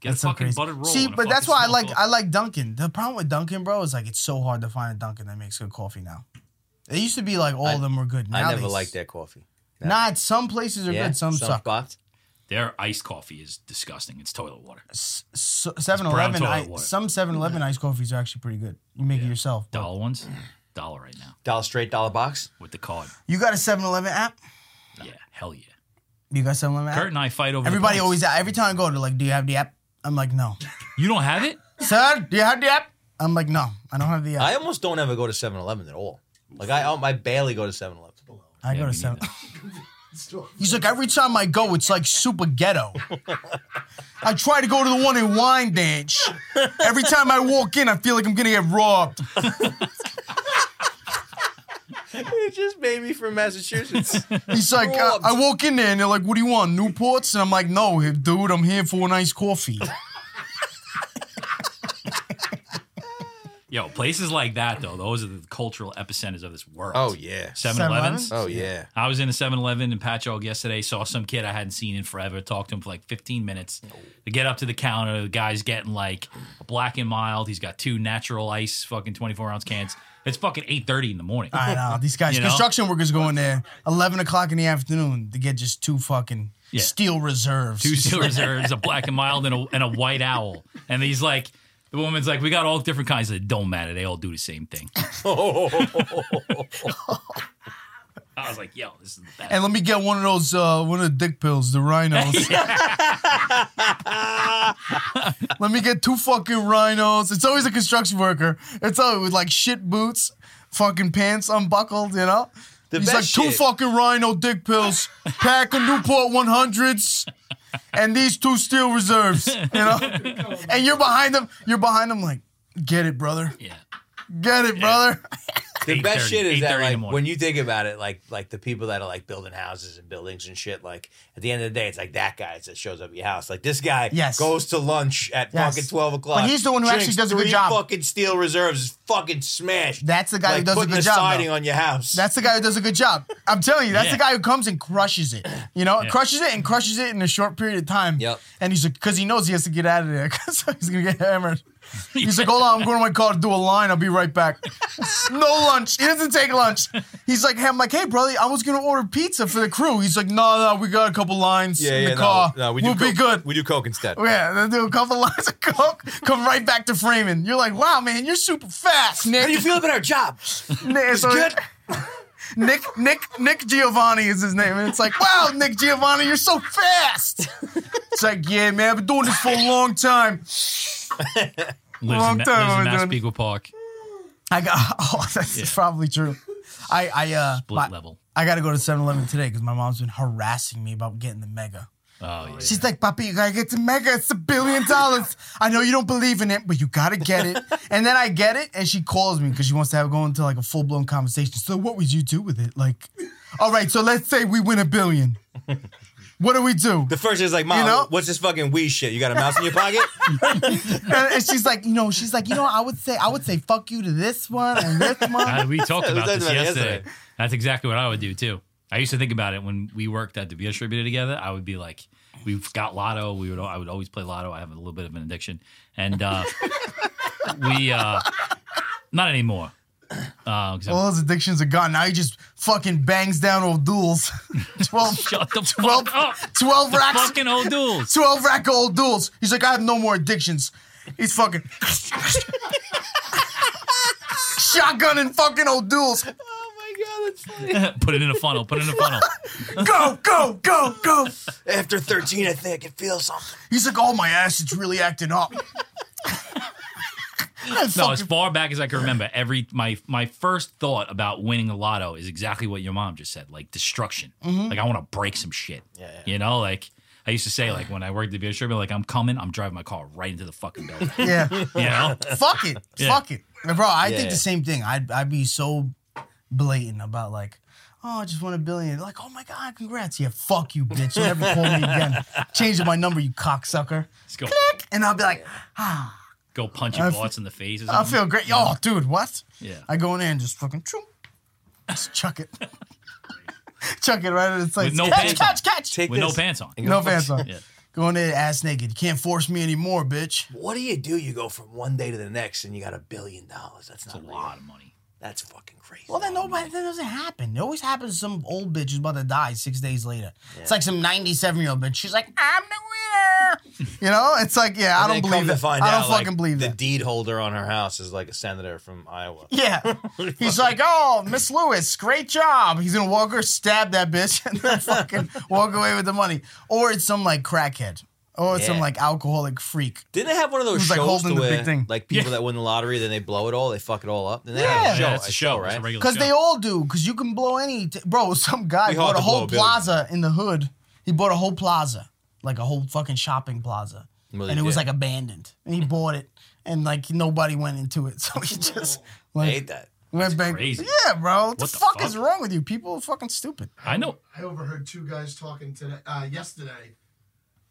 Speaker 4: Get
Speaker 3: That's
Speaker 4: a
Speaker 3: so
Speaker 4: fucking
Speaker 3: crazy.
Speaker 4: buttered roll."
Speaker 3: See,
Speaker 4: and a
Speaker 3: but that's
Speaker 4: fucking
Speaker 3: why I
Speaker 4: small
Speaker 3: like
Speaker 4: coffee.
Speaker 3: I like Dunkin'. The problem with Dunkin', bro, is like it's so hard to find a Dunkin' that makes good coffee now. It used to be like all
Speaker 1: I-
Speaker 3: of them were good. Now
Speaker 1: I never
Speaker 3: they-
Speaker 1: liked their coffee.
Speaker 3: Nah, it's- some places are
Speaker 1: Yeah,
Speaker 3: good, some, suck.
Speaker 1: spots.
Speaker 4: Their iced coffee is disgusting. It's toilet water.
Speaker 3: S- 7-Eleven,
Speaker 4: toilet
Speaker 3: I,
Speaker 4: water.
Speaker 3: some 7-Eleven iced coffees are actually pretty good. You make it yourself. but-
Speaker 4: Dollar ones, dollar right now
Speaker 1: Dollar straight, dollar box.
Speaker 4: with the card.
Speaker 3: You got a 7-Eleven app?
Speaker 4: Yeah, hell yeah.
Speaker 3: You got 7-Eleven app?
Speaker 4: Kurt and I fight over. the
Speaker 3: Everybody
Speaker 4: points.
Speaker 3: always every time I go, they're like, "Do you have the app?" I'm like, "No."
Speaker 4: You don't have it?
Speaker 3: Sir, do you have the app? I'm like, no, I don't have the app.
Speaker 1: I almost don't ever go to 7-Eleven at all. Like I, I barely go to 7-Eleven.
Speaker 3: I,
Speaker 4: Yeah,
Speaker 3: go to
Speaker 4: me
Speaker 3: seven.
Speaker 4: neither.
Speaker 2: Still-
Speaker 3: He's like, every time I go, it's like super ghetto. I try to go to the one in Wyandanch. Every time I walk in, I feel like I'm gonna get robbed.
Speaker 1: It just made me from Massachusetts.
Speaker 3: He's like, I,
Speaker 1: Robbed.
Speaker 3: I walk in there and they're like, what do you want, Newports? And I'm like, no, dude, I'm here for an iced coffee.
Speaker 4: Yo, places like that though, those are the cultural epicenters of this world.
Speaker 1: oh yeah.
Speaker 4: 7-Elevens.
Speaker 1: Oh yeah.
Speaker 4: I was in a 7-Eleven in Patchogue yesterday. Saw some kid I hadn't seen in forever. Talked to him for like 15 minutes. To get up to the counter, the guy's getting like a black and mild. He's got two natural ice, fucking 24 ounce cans. It's fucking 8:30 in the morning.
Speaker 3: I know uh, these guys,
Speaker 4: You know?
Speaker 3: construction workers, go in there eleven o'clock in the afternoon to get just two fucking
Speaker 4: Yeah.
Speaker 3: steel reserves.
Speaker 4: Two steel reserves, a black and mild, and a, and a white owl. And he's like, the woman's like, we got all different kinds. It don't matter. They all do the same thing. I was like, yo, this is the best.
Speaker 3: and let me get one of those, uh, one of the dick pills, the rhinos. let me get two fucking rhinos. It's always a construction worker. It's always with like shit boots, fucking pants unbuckled, you know?
Speaker 1: The
Speaker 3: He's
Speaker 1: best
Speaker 3: like, two
Speaker 1: shit."
Speaker 3: fucking rhino dick pills, pack of Newport 100s, and these two steel reserves, you know? and you're behind them. You're behind them like, get it, brother.
Speaker 4: yeah.
Speaker 3: Get it, brother.
Speaker 1: The best
Speaker 4: 8:30,
Speaker 1: shit is
Speaker 4: 8:30 in
Speaker 1: that
Speaker 4: the
Speaker 1: like
Speaker 4: morning.
Speaker 1: when you think about it, like like the people that are like building houses and buildings and shit. Like at the end of the day, it's like that guy that shows up at your house. Like this guy
Speaker 3: Yes.
Speaker 1: goes to lunch at
Speaker 3: Yes.
Speaker 1: fucking twelve o'clock.
Speaker 3: But he's the one who actually
Speaker 1: drinks
Speaker 3: does a good
Speaker 1: three
Speaker 3: job.
Speaker 1: Fucking steel reserves is fucking smashed.
Speaker 3: That's the guy who
Speaker 1: Like,
Speaker 3: does a
Speaker 1: putting
Speaker 3: good
Speaker 1: the
Speaker 3: job, though.
Speaker 1: siding on your house.
Speaker 3: That's the guy who does a good job. I'm telling you, that's the
Speaker 4: Yeah.
Speaker 3: guy who comes and crushes it. You know, crushes it and crushes it in a short period of time.
Speaker 1: Yep.
Speaker 3: And he's like, because he knows he has to get out of there because he's gonna get hammered. He's like, hold on, I'm going to my car to do a line. I'll be right back. no lunch. He doesn't take lunch. He's like, hey, I'm like, hey, brother, I was gonna order pizza for the crew. He's like, no, no, we got a couple lines
Speaker 1: yeah,
Speaker 3: in
Speaker 1: yeah.
Speaker 3: the
Speaker 1: no,
Speaker 3: car.
Speaker 1: no, we
Speaker 3: will
Speaker 1: do coke-
Speaker 3: be good.
Speaker 1: We do coke instead.
Speaker 3: yeah, then do a couple lines of coke. Come right back to framing. You're like, wow, man, you're super fast, Nick.
Speaker 1: How do you feel about our jobs?
Speaker 3: Nick, so-
Speaker 1: good.
Speaker 3: Nick Nick Nick Giovanni is his name, and it's like, wow, Nick Giovanni, you're so fast. It's like, yeah, man, I've been doing this for a long time.
Speaker 4: Lives
Speaker 3: Long
Speaker 4: in, Ma-
Speaker 3: time
Speaker 4: lives in
Speaker 3: I was doing-
Speaker 4: Massapequa Park.
Speaker 3: I got oh, that's probably true. I I uh
Speaker 4: Split
Speaker 3: my-
Speaker 4: level.
Speaker 3: I gotta go to 7-Eleven today because my mom's been harassing me about getting the mega.
Speaker 4: Oh, yeah.
Speaker 3: She's like, Papi, you gotta get the mega. It's a billion dollars. I know you don't believe in it, but you gotta get it. And then I get it, and she calls me because she wants to have go into like a full blown conversation. So what would you do with it? Like, all right, so let's say we win a billion. What do we do?
Speaker 1: The first is like, mom,
Speaker 3: You know?
Speaker 1: what's this fucking wee shit? You got a mouse in your pocket?
Speaker 3: And, and she's like, you know, she's like, you know, I would say, I would say, fuck you to this one and this
Speaker 4: Uh,
Speaker 3: one.
Speaker 4: we talked
Speaker 1: We
Speaker 4: about
Speaker 1: talked
Speaker 4: this
Speaker 1: about it
Speaker 4: yesterday.
Speaker 1: yesterday.
Speaker 4: That's exactly what I would do too. I used to think about it when we worked at the beer distributor together. I would be like, we've got lotto. We would I would always play lotto. I have a little bit of an addiction, and uh, we uh, not anymore. Uh, 'cause I'm-
Speaker 3: All those addictions are gone. Now he just fucking bangs down old duels. 12,
Speaker 4: shut the
Speaker 3: 12,
Speaker 4: fuck up.
Speaker 3: 12
Speaker 4: The
Speaker 3: racks.
Speaker 4: fucking old dudes.
Speaker 3: 12 rack of old duels. He's like, I have no more addictions. He's fucking. Shotgun and fucking old duels.
Speaker 1: oh my god, that's funny.
Speaker 4: put it in a funnel. Put it in a funnel.
Speaker 3: Go, go, go, go.
Speaker 1: After 13, I think I can feel something.
Speaker 3: He's like, oh, my acid's really acting up. I
Speaker 4: No, as
Speaker 3: fucking-
Speaker 4: far back as I can remember, every my my first thought about winning a lotto is exactly what your mom just said, like destruction.
Speaker 3: Mm-hmm.
Speaker 4: Like I want to break some shit.
Speaker 1: yeah.
Speaker 4: You know, like I used to say, like when I worked at the beer distributor, like I'm coming, I'm driving my car right into the fucking building. you
Speaker 3: yeah.
Speaker 4: know,
Speaker 3: Fuck it.
Speaker 4: Yeah.
Speaker 3: Fuck it. Bro, I
Speaker 1: Yeah,
Speaker 3: think the
Speaker 1: yeah.
Speaker 3: same thing. I'd, I'd be so blatant about, like, oh, I just won a billion. Like, oh my God, congrats. Yeah, fuck you, bitch. You never call me again. Changing my number, you cocksucker.
Speaker 4: just go
Speaker 3: And I'll be like,
Speaker 4: go punch your
Speaker 3: I
Speaker 4: boss in the face. Or
Speaker 3: I
Speaker 4: something.
Speaker 3: feel great. Oh, dude, what?
Speaker 4: Yeah.
Speaker 3: I go in there and just fucking choom, just chuck it. chuck it right at its place.
Speaker 4: With no
Speaker 3: catch,
Speaker 4: pants
Speaker 3: catch, catch.
Speaker 1: Take
Speaker 4: with no
Speaker 1: this.
Speaker 4: pants on.
Speaker 3: no fans on.
Speaker 4: Yeah.
Speaker 3: Go in there ass naked. You can't force me anymore, bitch.
Speaker 1: What do you do? You go from one day to the next and you got a billion dollars. That's
Speaker 4: It's
Speaker 1: not
Speaker 4: a
Speaker 1: real.
Speaker 4: lot of money.
Speaker 1: That's fucking crazy.
Speaker 3: Well, then nobody, that doesn't happen. It always happens to some old bitch who's about to die six days later. It's like some 97 year old bitch. She's like, I'm the winner. You know, it's like, yeah, I
Speaker 1: And then
Speaker 3: don't believe
Speaker 1: come to
Speaker 3: that. I
Speaker 1: find
Speaker 3: don't
Speaker 1: out, like,
Speaker 3: fucking believe
Speaker 1: the
Speaker 3: that.
Speaker 1: deed holder on her house is like a senator from Iowa.
Speaker 3: Yeah. He's like, oh, Miss Lewis, great job. He's gonna walk her, stab that bitch, and then fucking walk away with the money. Or it's some like crackhead. Oh, it's some
Speaker 1: Yeah.
Speaker 3: like alcoholic freak.
Speaker 1: Didn't they have one of those
Speaker 3: was, like,
Speaker 1: shows
Speaker 3: holding
Speaker 1: to
Speaker 3: the
Speaker 1: where,
Speaker 3: big thing.
Speaker 1: like people
Speaker 4: Yeah.
Speaker 1: that win the lottery, then they blow it all, they fuck it all up. Then they
Speaker 3: Yeah.
Speaker 1: have a show,
Speaker 4: yeah, it's a show, right?
Speaker 1: right?
Speaker 4: It's a regular
Speaker 3: Because
Speaker 4: show.
Speaker 3: they all do. Because you can blow any. T- Bro, some guy
Speaker 1: We
Speaker 3: bought
Speaker 1: hardly
Speaker 3: a
Speaker 1: blow
Speaker 3: whole
Speaker 1: a billion.
Speaker 3: plaza in the hood. He bought a whole plaza, like a whole fucking shopping plaza,
Speaker 1: Well, he
Speaker 3: and it was
Speaker 1: did.
Speaker 3: like abandoned. And he bought it, and like nobody went into it, so he just
Speaker 1: I
Speaker 3: like
Speaker 1: hate that.
Speaker 3: went back.
Speaker 4: crazy.
Speaker 3: Yeah, bro. What, the,
Speaker 4: the
Speaker 3: fuck,
Speaker 4: fuck?
Speaker 3: is wrong with you? People are fucking stupid.
Speaker 4: I know.
Speaker 2: I overheard two guys talking today, uh, yesterday.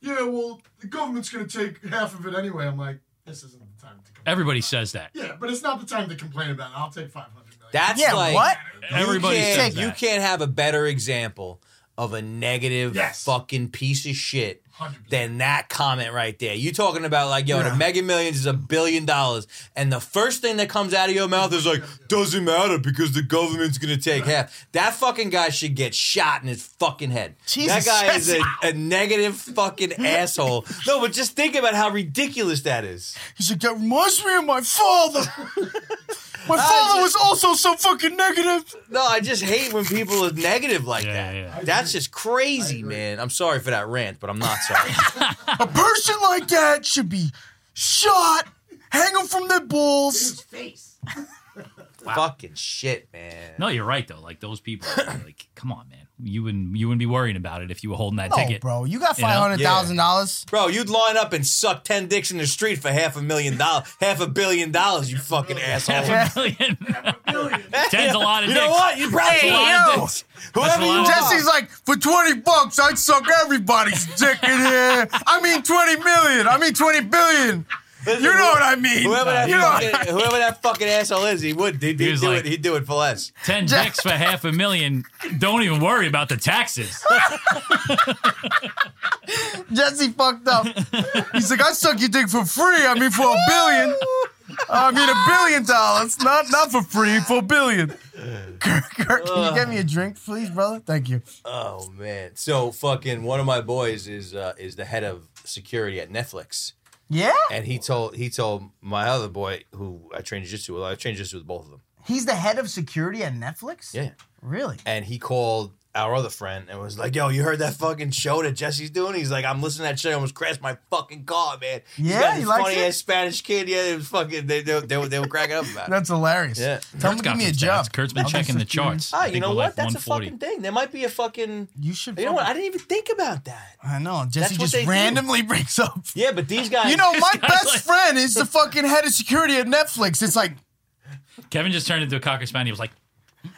Speaker 2: Yeah, well, the government's going to take half of it anyway. I'm like, this isn't the time to complain.
Speaker 4: Everybody says that.
Speaker 2: yeah, but it's not the time to complain about it. I'll take 500 million.
Speaker 1: That's
Speaker 3: yeah,
Speaker 1: like
Speaker 3: what?
Speaker 1: You
Speaker 4: Everybody
Speaker 1: can't,
Speaker 4: says
Speaker 1: you
Speaker 4: that.
Speaker 1: can't have a better example of a negative
Speaker 2: Yes.
Speaker 1: fucking piece of shit
Speaker 2: 100%.
Speaker 1: than that comment right there. You talking about like, yo,
Speaker 3: Yeah.
Speaker 1: the Mega Millions is a billion dollars, and the first thing that comes out of your mouth is like, doesn't matter because the government's gonna take half. That fucking guy should get shot in his fucking head. that
Speaker 3: Jesus,
Speaker 1: guy is
Speaker 3: that's
Speaker 1: a, a negative fucking asshole. No, but just think about how ridiculous that is.
Speaker 3: He's like, that reminds me of my father. my father was also so fucking negative.
Speaker 1: No, I just hate when people are negative like
Speaker 4: Yeah,
Speaker 1: that.
Speaker 4: yeah, yeah.
Speaker 1: That's just crazy, man. I'm sorry for that rant, but I'm not sorry.
Speaker 3: A person like that should be shot, hang him from their balls.
Speaker 2: face.
Speaker 1: Fucking shit, man.
Speaker 4: No, you're right though. Like those people, like, come on, man. You wouldn't you wouldn't be worrying about it if you were holding that
Speaker 3: No,
Speaker 4: ticket.
Speaker 3: Oh, bro, you got
Speaker 4: You know?
Speaker 3: five hundred thousand dollars.
Speaker 1: Bro, you'd line up and suck 10 dicks in the street for half a million dollars, half a billion dollars, you fucking asshole.
Speaker 4: Half a million.
Speaker 2: Million.
Speaker 4: Ten's a lot of
Speaker 1: You
Speaker 4: dicks.
Speaker 1: know what? You probably
Speaker 4: Hey,
Speaker 1: a lot of
Speaker 4: yo.
Speaker 1: dicks. Whoever
Speaker 4: a
Speaker 1: you
Speaker 4: lot of
Speaker 1: are.
Speaker 3: Jesse's like, for twenty bucks, I'd suck everybody's dick in here. I mean, twenty million. I mean, twenty billion. You know what I mean?
Speaker 1: Whoever that,
Speaker 3: you know what I
Speaker 1: fucking, whoever that fucking asshole is, he would. He'd,
Speaker 4: He
Speaker 1: he'd
Speaker 4: was
Speaker 1: do
Speaker 4: like-
Speaker 1: it. He'd do it for less.
Speaker 4: Ten dicks for half a million. Don't even worry about the taxes.
Speaker 3: Jesse fucked up. He's like, I suck your dick for free. I mean, for a billion. I mean, a billion dollars. Not not for free, for a billion. Kirk, Kirk, can you get me a drink, please, brother? Thank you.
Speaker 1: Oh man. So fucking one of my boys is uh, is the head of security at Netflix.
Speaker 3: Yeah?
Speaker 1: And he told he told my other boy who I trained jiu-jitsu with, I trained jiu-jitsu with both of them.
Speaker 3: He's the head of security at Netflix?
Speaker 1: Yeah.
Speaker 3: Really?
Speaker 1: and he called our other friend and was like, "Yo, you heard that fucking show that Jesse's doing?" He's like, "I'm listening to that shit. I almost crashed my fucking car, man." He's
Speaker 3: Yeah,
Speaker 1: got
Speaker 3: he
Speaker 1: this
Speaker 3: likes
Speaker 1: funny
Speaker 3: it?
Speaker 1: ass Spanish kid. Yeah, it was fucking. They they, they, were- they were cracking up about it.
Speaker 3: That's hilarious.
Speaker 1: Yeah.
Speaker 3: Tell him to
Speaker 4: Kurt's got
Speaker 3: give me a
Speaker 4: some
Speaker 3: job.
Speaker 4: stats. Kurt's been
Speaker 3: Head of
Speaker 4: checking the
Speaker 3: security.
Speaker 4: charts.
Speaker 1: Ah,
Speaker 4: I
Speaker 1: you
Speaker 4: think
Speaker 1: know
Speaker 4: we're
Speaker 1: what?
Speaker 4: left
Speaker 1: That's a
Speaker 4: 140.
Speaker 1: fucking thing. There might be a fucking.
Speaker 3: You should.
Speaker 1: You know what? I
Speaker 3: fucking-
Speaker 1: didn't even think about that.
Speaker 3: I, know. Jesse
Speaker 1: That's what they
Speaker 3: just
Speaker 1: do.
Speaker 3: randomly brings up.
Speaker 1: Yeah, but these guys.
Speaker 3: You know, my
Speaker 4: guy's
Speaker 3: best
Speaker 4: like-
Speaker 3: friend is the fucking head of security at Netflix. It's like,
Speaker 4: Kevin just turned into a cocker spaniel. He was like,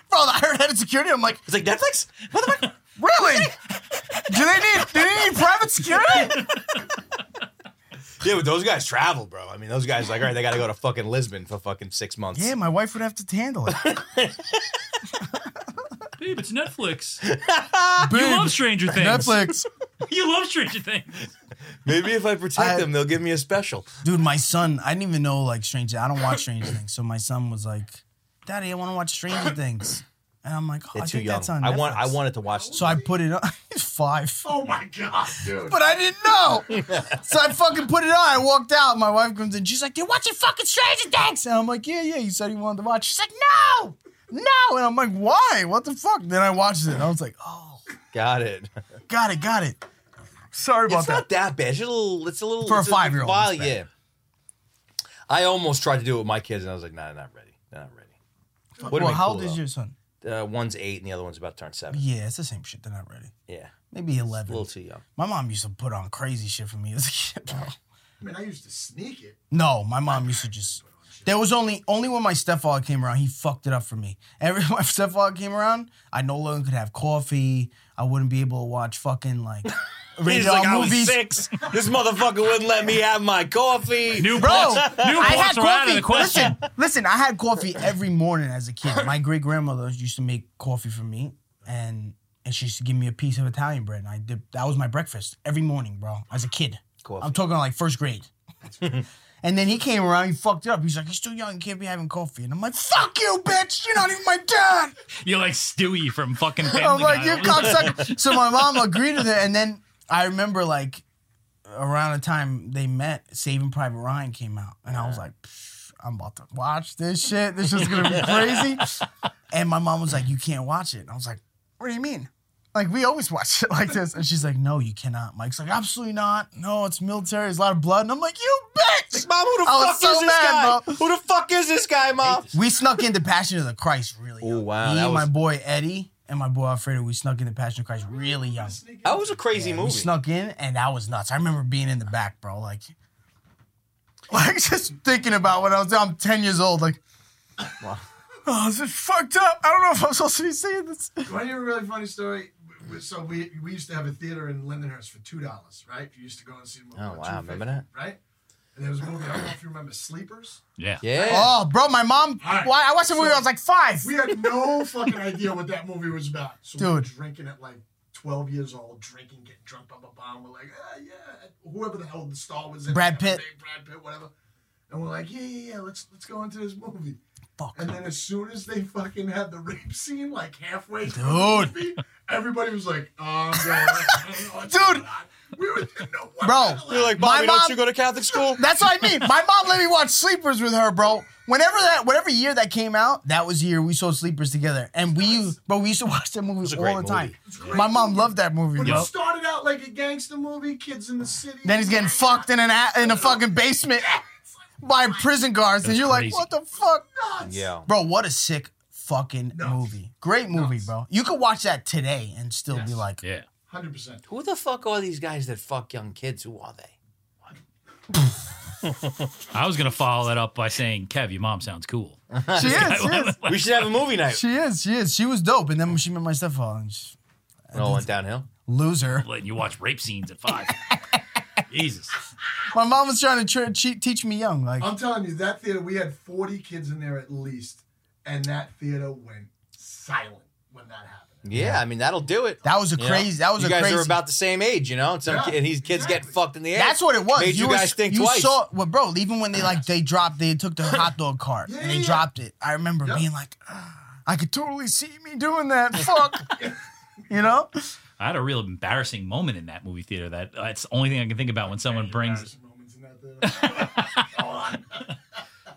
Speaker 3: bro, I heard head of security. I'm like,
Speaker 1: it's like Netflix. Motherfucker.
Speaker 3: Really? do they need do they need private security?
Speaker 1: yeah, but those guys travel, bro. I mean, those guys like, all right, they got to go to fucking Lisbon for fucking six months.
Speaker 3: Yeah, my wife would have to handle it.
Speaker 4: "Babe, it's Netflix.
Speaker 3: Babe,
Speaker 4: You love Stranger Things.
Speaker 3: Netflix.
Speaker 4: You love Stranger Things."
Speaker 1: Maybe if I protect
Speaker 3: I-
Speaker 1: them, they'll give me a special.
Speaker 3: Dude, my son, I didn't even know like Stranger I don't watch Stranger Things. So my son was like, Daddy, I want to watch Stranger Things. And I'm like, oh,
Speaker 1: They're
Speaker 3: I
Speaker 1: too
Speaker 3: think
Speaker 1: young.
Speaker 3: that's on
Speaker 1: I want. I
Speaker 3: Netflix."
Speaker 1: wanted to watch.
Speaker 3: So I put it on. He's five.
Speaker 2: Oh my God, dude.
Speaker 3: But I didn't know. so I fucking put it on. I walked out. My wife comes in. She's like, You're watching fucking Stranger Things. And I'm like, Yeah, yeah. You said you wanted to watch. She's like, No, no. And I'm like, Why? What the fuck? Then I watched it. And I was like, Oh,
Speaker 1: Got it.
Speaker 3: got it, got it. Sorry about
Speaker 1: it's
Speaker 3: that.
Speaker 1: not that bad. It's a little. It's a little
Speaker 3: For a
Speaker 1: it's
Speaker 3: five-year-old,
Speaker 1: while,
Speaker 3: it's bad.
Speaker 1: yeah. I almost tried to do it with my kids, and I was like, "Nah, they're not ready. They're not ready." Would've
Speaker 3: well,
Speaker 1: been
Speaker 3: how
Speaker 1: cool,
Speaker 3: old is
Speaker 1: though.
Speaker 3: your son?
Speaker 1: Uh, one's eight, and the other one's about to turn seven.
Speaker 3: Yeah, it's the same shit. They're not ready.
Speaker 1: Yeah,
Speaker 3: Maybe
Speaker 1: a little
Speaker 3: eleven.
Speaker 1: too young.
Speaker 3: My mom used to put on crazy shit for me as a kid. Bro.
Speaker 2: I mean, I used to sneak it.
Speaker 3: No, my mom used to just. There was only only when my stepfather came around, he fucked it up for me. Every my stepfather came around, I no longer could have coffee. I wouldn't be able to watch fucking like
Speaker 1: He's
Speaker 3: rated
Speaker 1: like,
Speaker 3: R
Speaker 1: I was
Speaker 3: movies.
Speaker 1: six. This motherfucker wouldn't let me have my coffee.
Speaker 4: New
Speaker 3: Bro,
Speaker 4: books. New
Speaker 3: I had
Speaker 4: books are out of
Speaker 3: coffee.
Speaker 4: the question.
Speaker 3: Listen, listen, I had coffee every morning as a kid. My great grandmother used to make coffee for me, and and she used to give me a piece of Italian bread, and I did. That was my breakfast every morning, bro. As a kid,
Speaker 1: Coffee.
Speaker 3: I'm talking like first grade. and then he came around, he fucked it up. He's like, "He's too young, you can't be having coffee." And I'm like, "Fuck you, bitch! You're not even my dad."
Speaker 4: You're like Stewie from fucking Family
Speaker 3: I'm like,
Speaker 4: Guy.
Speaker 3: you cocksucker. so my mom agreed with it, and then I remember like around the time they met, Saving Private Ryan came out, and I was like, "Pff, I'm about to watch this shit. This is gonna be crazy. and my mom was like, you can't watch it. And I was like, what do you mean? Like we always watch shit like this, and she's like, "No, you cannot." Mike's like, "Absolutely not. No, it's military. There's a lot of blood." And I'm like, "You bitch!"
Speaker 1: Mom, who the
Speaker 3: I was
Speaker 1: fuck
Speaker 3: so
Speaker 1: is this
Speaker 3: mad,
Speaker 1: guy?
Speaker 3: bro.
Speaker 1: Who the fuck is this guy, mom?
Speaker 3: We snuck into Passion of the Christ really
Speaker 1: Oh,
Speaker 3: young.
Speaker 1: wow,
Speaker 3: Me
Speaker 1: that
Speaker 3: and my
Speaker 1: was-
Speaker 3: boy Eddie and my boy Alfredo, we snuck into Passion of Christ really young.
Speaker 2: Sneak
Speaker 1: That was a crazy
Speaker 3: We
Speaker 1: movie.
Speaker 3: snuck in, and that was nuts. I remember being in the back, bro. Like, like just thinking about when I was, I'm 10 years old. Like,
Speaker 1: Wow.
Speaker 3: oh, this is fucked up. I don't know if I'm supposed to be saying this.
Speaker 2: You want to hear a really funny story? We- So we we used to have a theater in Lindenhurst for two dollars, right? You used to go and see.
Speaker 1: Oh, wow, remember that?
Speaker 2: Right. And there was a movie. I don't know if you remember Sleepers.
Speaker 4: Yeah.
Speaker 1: Yeah.
Speaker 3: Oh, bro, my mom.
Speaker 2: All right.
Speaker 3: Why I watched the movie. I was like five.
Speaker 2: We had no fucking idea what that movie was about. So we were
Speaker 3: Dude.
Speaker 2: drinking at like twelve years old, drinking, getting drunk, blah blah blah. And we're like, ah, yeah, whoever the hell the star was in.
Speaker 3: Brad Pitt.
Speaker 2: Brad Pitt, whatever. And we're like, yeah, yeah, yeah, let's let's go into this movie.
Speaker 3: Fuck.
Speaker 2: And then as soon as they fucking had the rape scene, like halfway through
Speaker 3: Dude.
Speaker 2: the movie, everybody was like, um,
Speaker 3: Dude.
Speaker 2: we were didn't know what
Speaker 3: Bro.
Speaker 2: the hell
Speaker 1: You're like,
Speaker 3: My
Speaker 1: Bobby,
Speaker 3: mom-
Speaker 1: don't you go to Catholic school?
Speaker 3: That's what I mean. My mom let me watch Sleepers with her, bro. Whenever that, whatever year that came out, that was the year we saw Sleepers together, and we, used, bro, we used to watch that movie
Speaker 1: a
Speaker 3: all
Speaker 1: great
Speaker 3: the time.
Speaker 1: movie.
Speaker 2: It's a great
Speaker 3: My mom
Speaker 2: movie.
Speaker 3: loved that movie,
Speaker 2: When
Speaker 3: bro.
Speaker 2: it started out like a gangster movie, kids in the city.
Speaker 3: Then he's getting fucked in an a- in a fucking basement by prison guards, and
Speaker 4: That's
Speaker 3: you're
Speaker 4: crazy.
Speaker 3: like, what the fuck,
Speaker 2: Nuts.
Speaker 1: Yeah.
Speaker 3: bro? What a sick fucking
Speaker 2: Nuts.
Speaker 3: movie. Great movie,
Speaker 2: Nuts.
Speaker 3: bro. You could watch that today and still be
Speaker 2: Yes.
Speaker 3: like,
Speaker 4: Yeah.
Speaker 2: Hundred percent.
Speaker 1: Who the fuck are these guys that fuck young kids? Who are they?
Speaker 4: I was gonna follow that up by saying, Kev, your mom sounds cool.
Speaker 3: she is, she is,
Speaker 1: We should have a movie night.
Speaker 3: she is, she is. She was dope, and then when she met my stepfather, and just
Speaker 1: It all went downhill.
Speaker 3: loser.
Speaker 4: Letting you watch rape scenes at five. Jesus.
Speaker 3: My mom was trying to tra- che- teach me young, like.
Speaker 1: Um,
Speaker 2: I'm telling you, that theater we had 40 kids in there at least, and that theater went silent when that happened.
Speaker 1: Yeah, I mean that'll do it.
Speaker 3: That was a
Speaker 1: You know?
Speaker 3: crazy. That was
Speaker 1: you
Speaker 3: a
Speaker 1: guys
Speaker 3: crazy.
Speaker 1: are about the same age, you know. And, some
Speaker 2: Yeah,
Speaker 1: kid, and these kids getting
Speaker 2: exactly.
Speaker 1: fucking the ass.
Speaker 3: that's what it was.
Speaker 1: Made you,
Speaker 3: were-
Speaker 1: guys think
Speaker 3: you
Speaker 1: twice.
Speaker 3: Saw, well, bro, even when they like they dropped, they took the hot dog cart
Speaker 2: Yeah,
Speaker 3: and they
Speaker 2: yeah, yeah.
Speaker 3: dropped it. I remember
Speaker 2: Yep.
Speaker 3: being like, "Ah, I could totally see me doing that. Fuck, you know.
Speaker 4: I had a real embarrassing moment in that movie theater. That that's the only thing I can think about when someone brings.
Speaker 2: Embarrassing moments in that theater. Go on.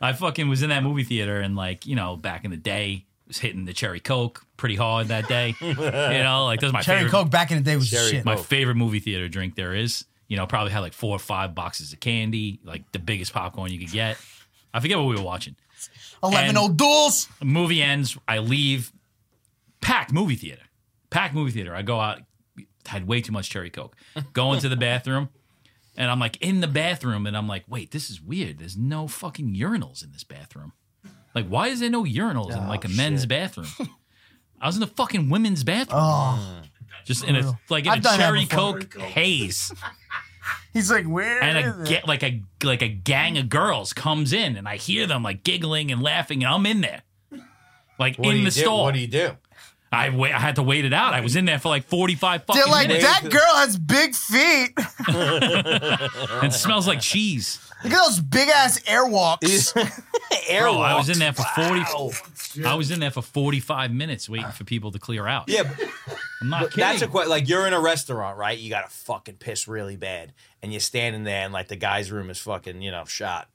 Speaker 4: I fucking was in that movie theater and like you know back in the day was hitting the cherry coke pretty hard that day. you know like that's my
Speaker 3: Cherry
Speaker 4: favorite,
Speaker 3: Coke back in the day was
Speaker 1: Cherry
Speaker 3: shit.
Speaker 4: my
Speaker 1: Coke.
Speaker 4: favorite movie theater drink there is. You know probably had like four or five boxes of candy, like the biggest popcorn you could get. I forget what we were watching.
Speaker 3: Eleven
Speaker 4: and-
Speaker 3: old duels.
Speaker 4: The movie ends. I leave. Packed movie theater. Packed movie theater. I go out. Had way too much cherry coke. Go into the bathroom, and I'm like in the bathroom, and I'm like, wait, this is weird. There's no fucking urinals in this bathroom. Like, why is there no urinals in like a
Speaker 1: Oh,
Speaker 4: men's
Speaker 1: shit.
Speaker 4: bathroom? I was in the fucking women's bathroom,
Speaker 3: Oh,
Speaker 4: just in a
Speaker 3: brutal.
Speaker 4: like in
Speaker 3: I've
Speaker 4: a
Speaker 3: done that
Speaker 4: cherry
Speaker 3: before.
Speaker 4: coke haze,
Speaker 3: he's like, where
Speaker 4: and
Speaker 3: is
Speaker 4: a
Speaker 3: it?
Speaker 4: get like a like a gang of girls comes in, and I hear them like giggling and laughing, and I'm in there, like
Speaker 1: What do
Speaker 4: in
Speaker 1: you
Speaker 4: the
Speaker 1: do?
Speaker 4: store.
Speaker 1: What do you do?
Speaker 4: I wait. I had to wait it out. I was in there for like forty five fucking
Speaker 3: They're like,
Speaker 4: minutes.
Speaker 3: that girl has big feet. Look
Speaker 4: and smells like cheese.
Speaker 3: at those big ass airwalks.
Speaker 4: Bro,
Speaker 1: Airwalk.
Speaker 4: I was in there for forty.
Speaker 2: Shit.
Speaker 4: I was in there for forty five minutes waiting for people to clear out.
Speaker 1: Yeah, but
Speaker 4: I'm not kidding.
Speaker 1: that's a question. Like you're in a restaurant, right? You got to fucking piss really bad, and you're standing there, and like the guy's room is fucking, you know, shot,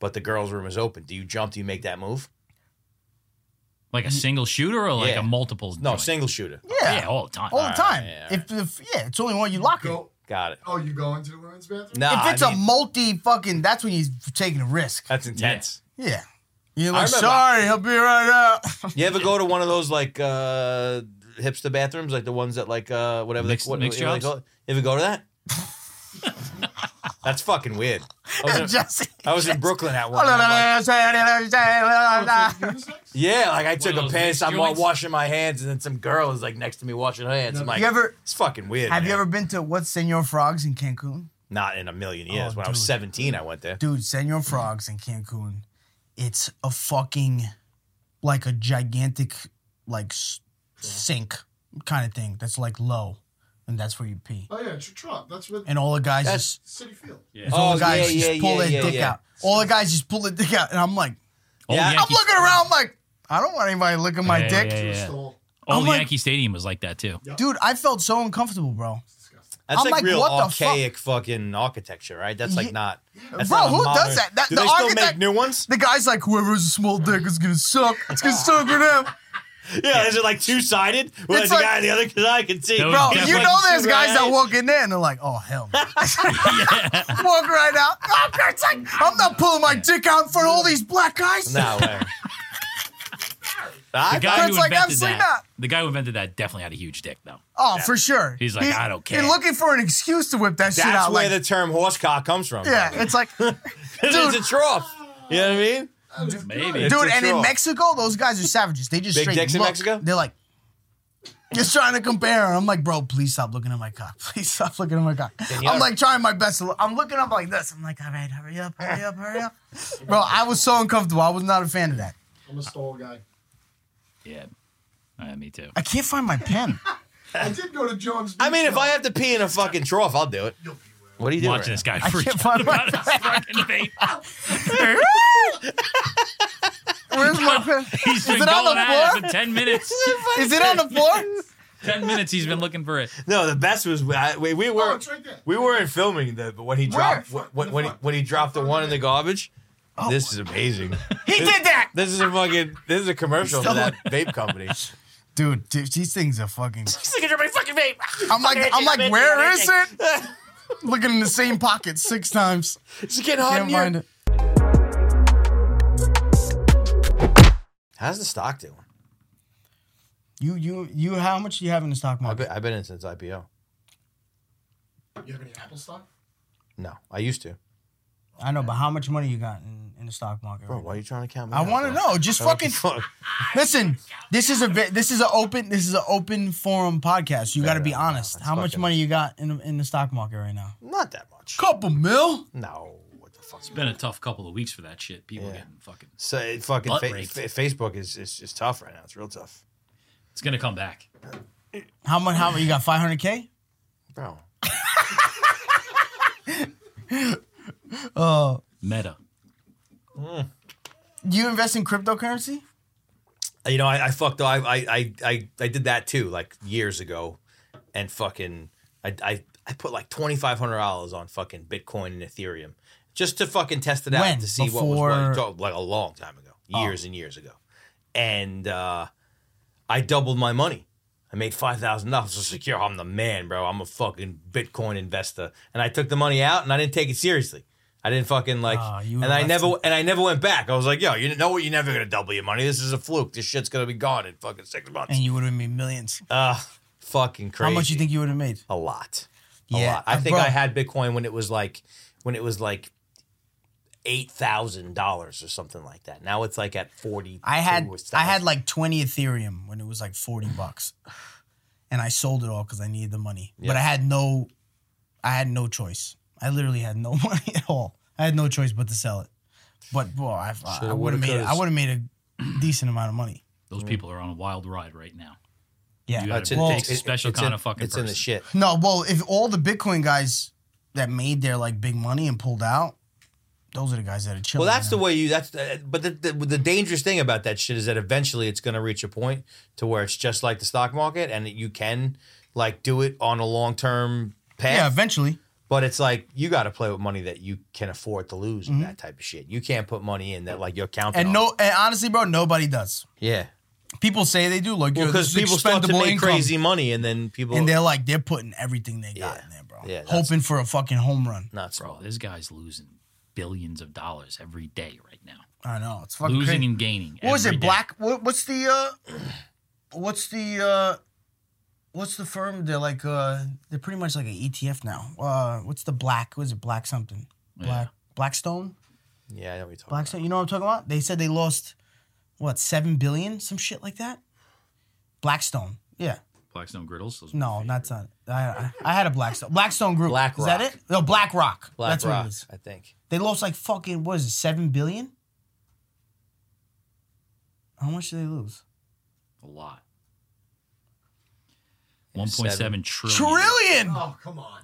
Speaker 1: but the girl's room is open. Do you jump? Do you make that move?
Speaker 4: like a single shooter or like
Speaker 1: Yeah.
Speaker 4: a multiple.
Speaker 1: No,
Speaker 4: joint?
Speaker 1: single shooter.
Speaker 3: Yeah.
Speaker 4: Yeah, all the time.
Speaker 3: all the time.
Speaker 1: yeah,
Speaker 3: if, if yeah, it's only one you lock it.
Speaker 2: Go.
Speaker 1: Got it.
Speaker 2: Oh, you go into the women's bathroom?
Speaker 1: No,
Speaker 3: If it's
Speaker 1: I mean,
Speaker 3: a multi fucking, that's when he's taking a risk.
Speaker 1: that's intense.
Speaker 3: Yeah. You're like,
Speaker 1: remember-
Speaker 3: sorry, he'll be right out.
Speaker 1: You ever go to one of those like uh hipster bathrooms, like the ones that like uh whatever
Speaker 4: Mixed-
Speaker 1: they, what,
Speaker 4: mixed
Speaker 1: what do they
Speaker 4: jobs?
Speaker 1: call it? You ever go to that? That's fucking weird. I was in,
Speaker 3: Jesse.
Speaker 1: I was in Brooklyn at one. and I'm like-
Speaker 2: Oh,
Speaker 3: That's
Speaker 2: it's like unisex?
Speaker 1: yeah, like I took
Speaker 4: of
Speaker 1: a
Speaker 4: those
Speaker 1: piss.
Speaker 4: mixed
Speaker 1: I'm all
Speaker 4: joints?
Speaker 1: washing my hands, and then some girl is like next to me washing her hands. I'm like,
Speaker 3: You ever-
Speaker 1: it's fucking weird.
Speaker 3: Have you
Speaker 1: man.
Speaker 3: ever been to what's Senor Frogs in Cancun?
Speaker 1: Not in a million years.
Speaker 3: Oh,
Speaker 1: when I was
Speaker 3: dude.
Speaker 1: 17, I went there.
Speaker 3: Dude, Senor Frogs in Cancun, it's a fucking like a gigantic like s- sink kind of thing that's like low, and that's where you pee.
Speaker 2: Oh, yeah, it's your truck. That's what
Speaker 3: And all the guys
Speaker 1: That's-
Speaker 3: just
Speaker 2: City Field.
Speaker 3: it's all
Speaker 1: Oh,
Speaker 3: the guys
Speaker 1: yeah,
Speaker 3: just
Speaker 1: yeah,
Speaker 3: pull
Speaker 1: yeah,
Speaker 3: their
Speaker 1: yeah,
Speaker 3: dick
Speaker 1: yeah.
Speaker 3: out. All the guys just pull their dick out, and I'm like,
Speaker 4: Old
Speaker 1: Yeah, I'm
Speaker 4: Yankee,
Speaker 3: I'm looking around like I don't want anybody looking at my
Speaker 4: Yeah,
Speaker 3: dick.
Speaker 4: yeah, yeah.
Speaker 2: Stole.
Speaker 4: Old
Speaker 3: I'm like-
Speaker 4: Yankee Stadium was like that too.
Speaker 3: Dude, I felt so uncomfortable, bro.
Speaker 2: Disgusting.
Speaker 1: That's
Speaker 3: I'm
Speaker 1: like,
Speaker 3: like,
Speaker 1: real
Speaker 3: what the
Speaker 1: archaic fucking architecture, right? That's like
Speaker 3: Ye-
Speaker 1: not. That's
Speaker 3: Bro,
Speaker 1: not a
Speaker 3: who does
Speaker 1: modern-
Speaker 3: that? That-
Speaker 1: Do
Speaker 3: the
Speaker 1: they still
Speaker 3: architect-
Speaker 1: make new ones?
Speaker 3: The guy's like, whoever has a small dick is gonna suck. It's gonna suck it out.
Speaker 1: Yeah, is it like two sided? Well,
Speaker 3: It's
Speaker 1: the
Speaker 3: like-
Speaker 1: guy on the other side can see.
Speaker 4: That was
Speaker 3: Bro, Oh, you
Speaker 4: Definitely
Speaker 3: know there's guys that
Speaker 1: Right?
Speaker 3: walk in there and they're like, oh, hell. no." walk right out. Oh, Kurt's like, I'm not pulling my dick out in front of all these black guys.
Speaker 1: No way. I
Speaker 4: The guy
Speaker 3: Kurt's
Speaker 4: who
Speaker 3: like,
Speaker 4: invented
Speaker 3: absolutely
Speaker 4: that,
Speaker 3: not.
Speaker 4: the guy who invented that definitely had a huge dick though.
Speaker 3: Oh, for sure.
Speaker 4: He's like, "I don't care."
Speaker 3: He's looking for an excuse to whip that shit
Speaker 1: That's
Speaker 3: out.
Speaker 1: where
Speaker 3: Like,
Speaker 1: the term horse cock comes from.
Speaker 3: yeah, it's like, dude,
Speaker 1: it's a trough. You know what I mean?
Speaker 4: Maybe.
Speaker 1: It's a
Speaker 3: and in
Speaker 1: trough.
Speaker 3: Mexico, those guys are savages. They just
Speaker 1: Big
Speaker 3: straight
Speaker 1: dicks in
Speaker 3: look.
Speaker 1: Mexico?
Speaker 3: They're like, just trying to compare. And I'm like, bro, please stop looking at my cock. Please stop looking at my cock.
Speaker 1: gotta-
Speaker 3: I'm like trying my best. To look. I'm looking up like this. I'm like, all right, hurry up, hurry up, hurry up. Bro, I was so uncomfortable. I was not a fan of that.
Speaker 2: I'm a stall guy.
Speaker 4: Yeah. Yeah, me too.
Speaker 3: I can't find my pen.
Speaker 2: I did go to John's.
Speaker 1: I mean, if I have to pee in a fucking trough, I'll do it.
Speaker 2: You'll be well.
Speaker 1: What are you doing?
Speaker 4: Watching this guy
Speaker 3: I
Speaker 4: freak
Speaker 3: can't
Speaker 4: out
Speaker 3: find my
Speaker 4: about his fucking face.
Speaker 3: Where's my pen?
Speaker 4: He's
Speaker 3: it
Speaker 4: been
Speaker 3: on
Speaker 4: going
Speaker 3: the
Speaker 4: at it
Speaker 3: floor?
Speaker 4: for ten minutes.
Speaker 3: Is it on the floor?
Speaker 4: ten minutes he's been looking for it.
Speaker 1: No, the best was I, we, we
Speaker 2: Oh,
Speaker 1: were
Speaker 2: it's right there.
Speaker 1: we weren't filming the but when he
Speaker 3: Where?
Speaker 1: dropped when, when, he, when he dropped the one in the garbage. This is amazing.
Speaker 3: Oh. He did that.
Speaker 1: This is a fucking this is a commercial for that vape company.
Speaker 3: Dude, dude, these things are fucking.
Speaker 1: Look at your fucking vape.
Speaker 3: I'm like, I'm like, where is it? Looking in the same pocket six times.
Speaker 1: It's getting hot in here.
Speaker 3: Can't find it.
Speaker 1: How's the stock doing?
Speaker 3: You, you, you. How much do you have in the stock
Speaker 1: I've
Speaker 3: market?
Speaker 1: been, I've been in since IPO.
Speaker 2: You have any Apple stock?
Speaker 1: No, I used to.
Speaker 3: I know, but how much money you got in, in the stock market?
Speaker 1: Bro, why are you trying to count me?
Speaker 3: I
Speaker 1: out,
Speaker 3: want to
Speaker 1: bro?
Speaker 3: know. Just
Speaker 1: What the
Speaker 3: fucking
Speaker 1: fuck?
Speaker 3: listen. This is a vi- this is an open this is an open forum podcast. You got to be
Speaker 1: enough.
Speaker 3: honest.
Speaker 1: Let's
Speaker 3: How much
Speaker 1: fucking-
Speaker 3: money you got in in the stock market right now?
Speaker 1: Not that much.
Speaker 3: Couple mil.
Speaker 1: No, what the fuck?
Speaker 4: Been a tough couple of weeks for that shit. People
Speaker 1: Yeah.
Speaker 4: getting fucking.
Speaker 1: So it fucking
Speaker 4: Butt
Speaker 1: fa-
Speaker 4: raped.
Speaker 1: fa- Facebook is, is is tough right now. It's real tough,
Speaker 4: It's gonna come back.
Speaker 3: How much? How you got? Five hundred k.
Speaker 1: bro.
Speaker 4: Meta.
Speaker 3: You invest in cryptocurrency?
Speaker 1: You know, I, I fucked. I, I I I I did that too, like years ago, and fucking I I, I put like twenty five hundred dollars on fucking Bitcoin and Ethereum just to fucking test it out
Speaker 3: When?
Speaker 1: to see what
Speaker 3: Before- Oh.
Speaker 1: was what. Like a long time ago, years and years ago, and uh, I doubled my money. I made five thousand dollars. I was like, "Yo, I'm the man, bro. I'm a fucking Bitcoin investor." And I took the money out, and I didn't take it seriously. I didn't fucking like,
Speaker 3: Ah, you
Speaker 1: and I
Speaker 3: left
Speaker 1: never and I never went back. I was like, "Yo, you know what? You're never gonna double your money. This is a fluke. This shit's gonna be gone in fucking six months."
Speaker 3: And you would have made millions.
Speaker 1: Ah, fucking crazy.
Speaker 3: How much you think you would have made?
Speaker 1: A lot. A
Speaker 3: Yeah,
Speaker 1: lot. I
Speaker 3: uh,
Speaker 1: think
Speaker 3: bro.
Speaker 1: I had Bitcoin when it was like when it was like eight thousand dollars or something like that. Now it's like at forty.
Speaker 3: I had I had like 20 Ethereum when it was like 40 bucks. And I sold it all cuz I needed the money. But I had no I had no choice. I literally had no money at all. I had no choice but to sell it. But bro, I, I,
Speaker 1: Shoulda,
Speaker 3: would have made
Speaker 1: woulda,
Speaker 3: I would have made a decent amount of money.
Speaker 4: Those people are on a wild ride right now.
Speaker 3: Yeah.
Speaker 4: You gotta
Speaker 1: It's in-
Speaker 4: be
Speaker 3: well,
Speaker 4: a special
Speaker 1: it's
Speaker 4: kind
Speaker 1: in-
Speaker 4: of fucking
Speaker 1: It's in the
Speaker 4: person.
Speaker 1: shit.
Speaker 3: no, well, if all the Bitcoin guys that made their like big money and pulled out, those are the guys that are chilling.
Speaker 1: Well, that's
Speaker 3: now.
Speaker 1: the way you. That's uh, but the, the the dangerous thing about that shit is that eventually it's going to reach a point to where it's just like the stock market, and you can like do it on a long term path.
Speaker 3: Yeah, eventually.
Speaker 1: But it's like you got to play with money that you can afford to lose and that type of shit. You can't put money in that like you're counting.
Speaker 3: Mm-hmm. And
Speaker 1: on.
Speaker 3: no and honestly, bro, nobody does.
Speaker 1: yeah,
Speaker 3: People say they do like yo, this
Speaker 1: because
Speaker 3: is
Speaker 1: people start to
Speaker 3: expendable
Speaker 1: make
Speaker 3: income.
Speaker 1: crazy money, and then people
Speaker 3: and they're like they're putting everything they got
Speaker 1: Yeah.
Speaker 3: in there, bro.
Speaker 1: Yeah, that's-
Speaker 3: hoping for a fucking home run.
Speaker 1: not
Speaker 4: Bro,
Speaker 1: smart.
Speaker 4: this guy's losing billions of dollars every day right now.
Speaker 3: I know it's fucking
Speaker 4: losing
Speaker 3: crazy.
Speaker 4: and gaining.
Speaker 3: What was
Speaker 4: every
Speaker 3: it?
Speaker 4: day.
Speaker 3: Black? What, what's the uh? What's the uh? What's the firm? They're like uh, they're pretty much like an ETF now. Uh, what's the black? Was it black something? Black Blackstone?
Speaker 1: Yeah, I know what you're talking. about.
Speaker 3: Blackstone? You know what I'm talking about? They said they lost what seven billion, some shit like that. Blackstone. Yeah.
Speaker 4: Blackstone Griddles. Those
Speaker 3: No, not that. I, I I had a Blackstone. Blackstone Group.
Speaker 1: Black
Speaker 3: Is that
Speaker 1: Rock.
Speaker 3: it? No, Black Rock.
Speaker 1: Black
Speaker 3: That's what
Speaker 1: Rock,
Speaker 3: it is.
Speaker 1: I think.
Speaker 3: They lost like fucking what is it, seven billion? How much did they lose?
Speaker 4: a lot. One point seven trillion.
Speaker 3: Trillion.
Speaker 2: Oh, come on.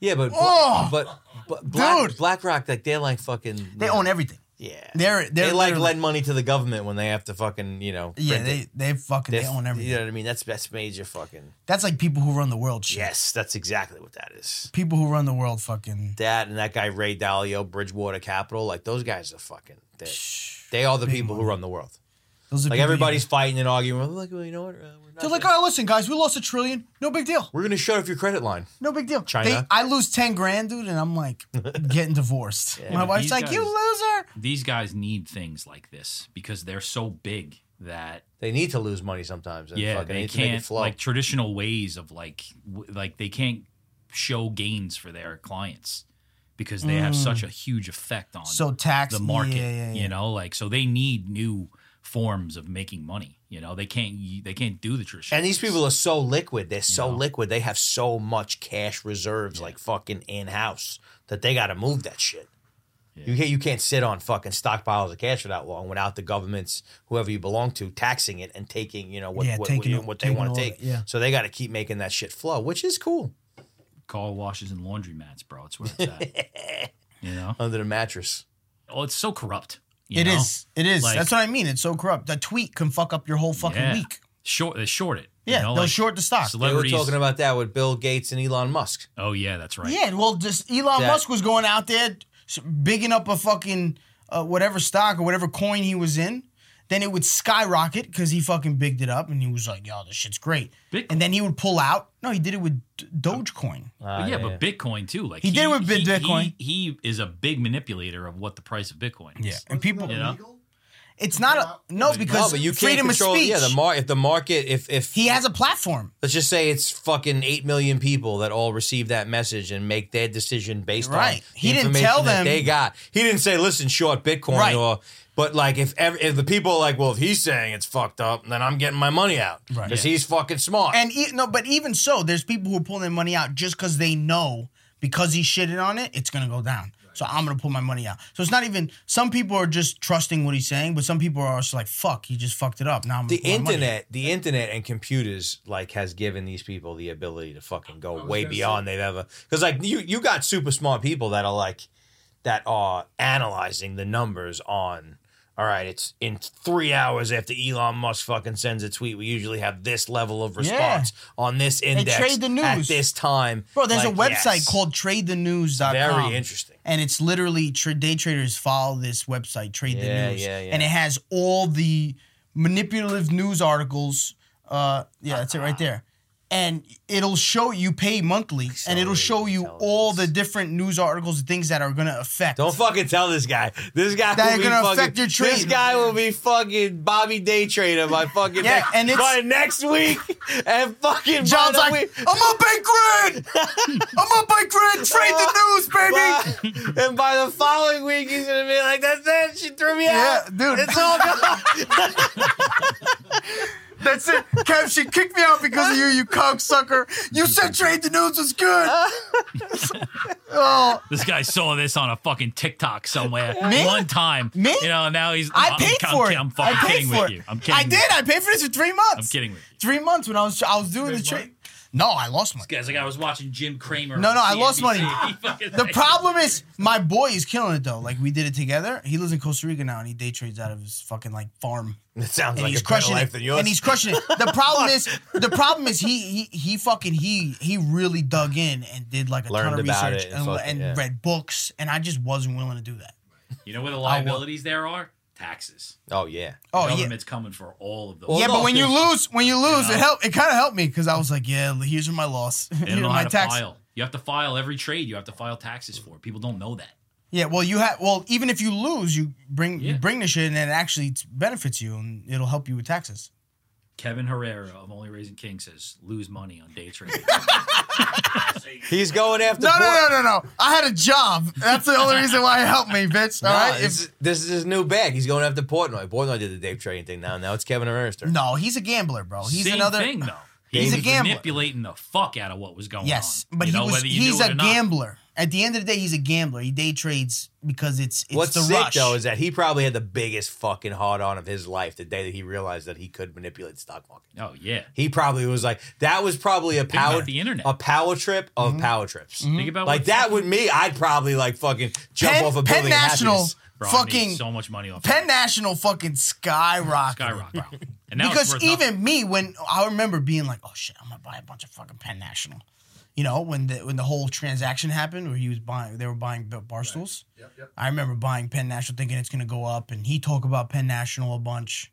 Speaker 1: Yeah, but
Speaker 3: Oh!
Speaker 1: but but Black,
Speaker 3: Dude!
Speaker 1: BlackRock, like they're like fucking.
Speaker 3: They own everything.
Speaker 1: Yeah,
Speaker 3: They're they're
Speaker 1: they like
Speaker 3: literally-
Speaker 1: lend money to the government when they have to fucking you know.
Speaker 3: Yeah,
Speaker 1: print it.
Speaker 3: they they fucking they
Speaker 1: That's-
Speaker 3: own everything.
Speaker 1: You know what I mean? That's that's major fucking.
Speaker 3: That's like people who run the world. Shit.
Speaker 1: Yes, that's exactly what that is.
Speaker 3: People who run the world fucking.
Speaker 1: That and that guy Ray Dalio, Bridgewater Capital, like those guys are fucking. They, they are the people who run the world.
Speaker 3: Those are
Speaker 1: Like
Speaker 3: people
Speaker 1: everybody's
Speaker 3: you-
Speaker 1: fighting and arguing. We're like, well, you know what? Uh, we're, not
Speaker 3: They're like,
Speaker 1: gonna-
Speaker 3: oh, listen, guys, we lost a trillion. No big deal.
Speaker 1: we're gonna shut off your credit line.
Speaker 3: No big deal.
Speaker 1: China.
Speaker 3: They- I lose ten grand, dude, and I'm like getting divorced. My
Speaker 4: but
Speaker 3: wife's
Speaker 4: these
Speaker 3: like, "You
Speaker 4: guys-
Speaker 3: loser."
Speaker 4: These guys need things like this because they're so big that
Speaker 1: They need to lose money sometimes. And
Speaker 4: yeah,
Speaker 1: fucking
Speaker 4: they
Speaker 1: need to make it
Speaker 4: can't
Speaker 1: flow.
Speaker 4: like traditional ways of like w- like they can't show gains for their clients because they have such a huge effect on
Speaker 3: Mm. So tax
Speaker 4: the market.
Speaker 3: Yeah, yeah, yeah.
Speaker 4: You know, like so they need new forms of making money. You know, they can't y- they can't do the traditional.
Speaker 1: And these
Speaker 4: ways.
Speaker 1: people are so liquid. They're so
Speaker 4: know?
Speaker 1: liquid. They have so much cash reserves, like fucking in house, that they got to move that shit. You can't you can't sit on fucking stockpiles of cash for that long without the government's whoever you belong to taxing it and taking you know what
Speaker 3: Yeah,
Speaker 1: what,
Speaker 3: taking
Speaker 1: what,
Speaker 3: it-
Speaker 1: what they
Speaker 3: taking
Speaker 1: want
Speaker 3: all
Speaker 1: to
Speaker 3: of
Speaker 1: take.
Speaker 3: it, yeah.
Speaker 1: So they got to keep making that shit flow, which is cool
Speaker 4: car washes and laundromats, bro. It's where it's at. you know,
Speaker 1: under the mattress.
Speaker 4: oh, it's so corrupt. You
Speaker 3: It
Speaker 4: know?
Speaker 3: is. It is.
Speaker 4: Like-
Speaker 3: That's what I mean. It's so corrupt. The tweet can fuck up your whole fucking
Speaker 4: Yeah.
Speaker 3: week.
Speaker 4: Short, they short it. you
Speaker 3: Yeah,
Speaker 4: know,
Speaker 3: they'll
Speaker 4: like
Speaker 3: short the stock.
Speaker 1: They were
Speaker 4: celebrities.
Speaker 1: talking about that with Bill Gates and Elon Musk.
Speaker 4: oh yeah, that's right.
Speaker 3: Yeah, well, just Elon
Speaker 1: That-
Speaker 3: Musk was going out there, s- bigging up a fucking uh, whatever stock or whatever coin he was in. Then it would skyrocket because he fucking bigged it up and he was like, "Yo, this shit's great."
Speaker 4: Bitcoin.
Speaker 3: And then he would pull out. No, he did it with D- Dogecoin.
Speaker 1: Uh,
Speaker 4: But yeah, but Bitcoin too. Like
Speaker 3: He did it with
Speaker 4: he-
Speaker 3: Bitcoin.
Speaker 4: He, he is a big manipulator of what the price of Bitcoin is.
Speaker 3: and people,
Speaker 2: Isn't that
Speaker 4: know?
Speaker 2: illegal?
Speaker 3: it's not a no
Speaker 1: no,
Speaker 3: because
Speaker 1: but you can't
Speaker 3: freedom
Speaker 1: control.
Speaker 3: of speech.
Speaker 1: Yeah, the mar- if the market, if if
Speaker 3: he has a platform.
Speaker 1: let's just say it's fucking eight million people that all receive that message and make their decision based on
Speaker 3: Right.
Speaker 1: the
Speaker 3: He didn't
Speaker 1: information
Speaker 3: tell
Speaker 1: that
Speaker 3: them-
Speaker 1: they got. He didn't say, "Listen, short Bitcoin,"
Speaker 3: Right.
Speaker 1: or but like if ev- if the people are like, well, if he's saying it's fucked up, then I'm getting my money out because
Speaker 3: Right.
Speaker 1: he's fucking smart.
Speaker 3: And e- no, but even so, there's people who are pulling their money out just because they know because he shitted on it, it's gonna go down. So I'm gonna pull my money out. So it's not even. Some people are just trusting what he's saying, but some people are also like, "Fuck, he just fucked it up." Now I'm
Speaker 1: the
Speaker 3: gonna pull my money out."
Speaker 1: internet, the internet, and computers like has given these people the ability to fucking go
Speaker 2: was
Speaker 1: way
Speaker 2: gonna
Speaker 1: beyond they've ever. Because like you, you got super smart people that are like that are analyzing the numbers on. All right, it's in three hours after Elon Musk fucking sends a tweet. We usually have this level of response on this index
Speaker 3: trade the
Speaker 1: at
Speaker 3: news.
Speaker 1: this time.
Speaker 3: Bro, there's a
Speaker 1: Like,
Speaker 3: website
Speaker 1: yes.
Speaker 3: called TradeTheNews.com.
Speaker 1: Very interesting.
Speaker 3: And it's literally tra- day traders follow this website, Trade
Speaker 1: Yeah,
Speaker 3: the News,
Speaker 1: yeah, yeah.
Speaker 3: and it has all the manipulative news articles. Uh, yeah, that's it right there. And it'll show you pay monthly, and it'll show you all the different news articles and things that are going to affect.
Speaker 1: Don't fucking tell this guy. This guy
Speaker 3: That
Speaker 1: will be
Speaker 3: ain't gonna
Speaker 1: fucking,
Speaker 3: affect your trade.
Speaker 1: This guy will be fucking Bobby Day trader by fucking
Speaker 3: Yeah,
Speaker 1: next,
Speaker 3: and it's-
Speaker 1: by next week and fucking
Speaker 3: John's
Speaker 1: by the
Speaker 3: like,
Speaker 1: week-
Speaker 3: I'm up by grid. I'm up by grid. Trade the news, baby.
Speaker 1: by- and by the following week he's gonna be like, that's it. She threw me
Speaker 3: Yeah,
Speaker 1: out.
Speaker 3: dude.
Speaker 1: It's all gone.
Speaker 3: That's it. Kev, she kicked me out because of you, you cocksucker. You said trade the news was good. oh,
Speaker 4: This guy saw this on a fucking TikTok somewhere
Speaker 3: Me?
Speaker 4: one time.
Speaker 3: Me?
Speaker 4: You know, now he's.
Speaker 3: I
Speaker 4: I'm-
Speaker 3: paid
Speaker 4: I'm,
Speaker 3: for
Speaker 4: I'm,
Speaker 3: it.
Speaker 4: I'm
Speaker 3: I
Speaker 4: fucking
Speaker 3: paid
Speaker 4: kidding
Speaker 3: for
Speaker 4: with
Speaker 3: it.
Speaker 4: you. I'm kidding.
Speaker 3: I
Speaker 4: with
Speaker 3: did.
Speaker 4: You.
Speaker 3: I paid for this for three months.
Speaker 4: I'm kidding with you.
Speaker 3: Three months when I was I was doing the
Speaker 2: make
Speaker 3: trade.
Speaker 2: money?
Speaker 3: No, I lost money.
Speaker 4: Guys, like I was watching Jim Cramer.
Speaker 3: No,
Speaker 4: on
Speaker 3: no, I lost
Speaker 4: CNBC.
Speaker 3: money.
Speaker 4: He fucking-
Speaker 3: The problem is my boy is killing it though. Like we did it together. He lives in Costa Rica now and he day trades out of his fucking like farm.
Speaker 1: It sounds
Speaker 3: And
Speaker 1: like
Speaker 3: he's
Speaker 1: a better
Speaker 3: crushing
Speaker 1: life
Speaker 3: it.
Speaker 1: than yours.
Speaker 3: And he's crushing it. The problem is the problem is he he he fucking he he really dug in and did like a
Speaker 1: Learned
Speaker 3: ton of
Speaker 1: about
Speaker 3: research
Speaker 1: it and
Speaker 3: and,
Speaker 1: fucking-
Speaker 3: and
Speaker 1: yeah.
Speaker 3: read books and I just wasn't willing to do that.
Speaker 4: You know where the liabilities there are? Taxes.
Speaker 1: oh yeah.
Speaker 3: Oh yeah.
Speaker 4: Government's coming for all of those.
Speaker 1: Well,
Speaker 3: yeah,
Speaker 1: no,
Speaker 3: but when you
Speaker 1: because-
Speaker 3: lose, when you lose,
Speaker 4: Yeah.
Speaker 3: it helped. It kind of helped me because I was like, "Yeah, here's my loss.
Speaker 4: They
Speaker 3: Here's
Speaker 4: don't know
Speaker 3: my
Speaker 4: how to
Speaker 3: tax."
Speaker 4: file. You have to file every trade. You have to file taxes for. People don't know that.
Speaker 3: Yeah, well, you have. Well, even if you lose, you bring
Speaker 4: Yeah.
Speaker 3: you bring the shit, and it actually t- benefits you, and it'll help you with taxes.
Speaker 4: Kevin Herrera of Only Raising King says lose money on day trading.
Speaker 1: He's going after
Speaker 3: No, no,
Speaker 1: poor-
Speaker 3: no, no, no. I had a job. That's the only reason why it helped me, bitch. All
Speaker 1: No,
Speaker 3: right.
Speaker 1: this,
Speaker 3: If,
Speaker 1: is- this is his new bag. He's going after Portnoy. Portnoy did the Dave trading thing now. Now it's Kevin Herrera's turn.
Speaker 3: no, he's a gambler, bro. He's
Speaker 4: Same
Speaker 3: another.
Speaker 4: thing though.
Speaker 3: He's
Speaker 4: He
Speaker 3: a
Speaker 4: was
Speaker 3: gambler.
Speaker 4: manipulating the fuck out of what was going
Speaker 3: Yes,
Speaker 4: on.
Speaker 3: but
Speaker 4: you
Speaker 3: he
Speaker 4: know,
Speaker 3: was.
Speaker 4: whether you
Speaker 3: He's
Speaker 4: knew it
Speaker 3: a
Speaker 4: or not.
Speaker 3: gambler. At the end of the day, he's a gambler. He day trades because it's it's
Speaker 1: What's
Speaker 3: the
Speaker 1: sick
Speaker 3: rush.
Speaker 1: though is that he probably had the biggest fucking hard on of his life the day that he realized that he could manipulate the stock market.
Speaker 4: Oh yeah.
Speaker 3: Mm-hmm.
Speaker 1: He probably was like, that was probably a
Speaker 4: about
Speaker 1: power
Speaker 4: the internet. Mm-hmm.
Speaker 1: a power trip of
Speaker 3: Mm-hmm.
Speaker 1: power trips.
Speaker 4: Think about
Speaker 1: Like
Speaker 4: what-
Speaker 1: that with me, I'd probably like fucking jump
Speaker 3: Penn,
Speaker 1: off a
Speaker 3: Penn
Speaker 1: building. in
Speaker 3: National
Speaker 1: happiness.
Speaker 4: Bro, I made
Speaker 3: fucking
Speaker 4: so much money off
Speaker 3: Penn
Speaker 4: that.
Speaker 3: National fucking skyrocketed.
Speaker 4: skyrocket. And now it's
Speaker 3: because
Speaker 4: worth
Speaker 3: even
Speaker 4: nothing.
Speaker 3: me, when I remember being like, "Oh shit, I'm gonna buy a bunch of fucking Penn National," you know, when the when the whole transaction happened where he was buying, they were buying bar- barstools.
Speaker 2: Yep, yep.
Speaker 3: I remember buying Penn National, thinking it's gonna go up, and he talked about Penn National a bunch.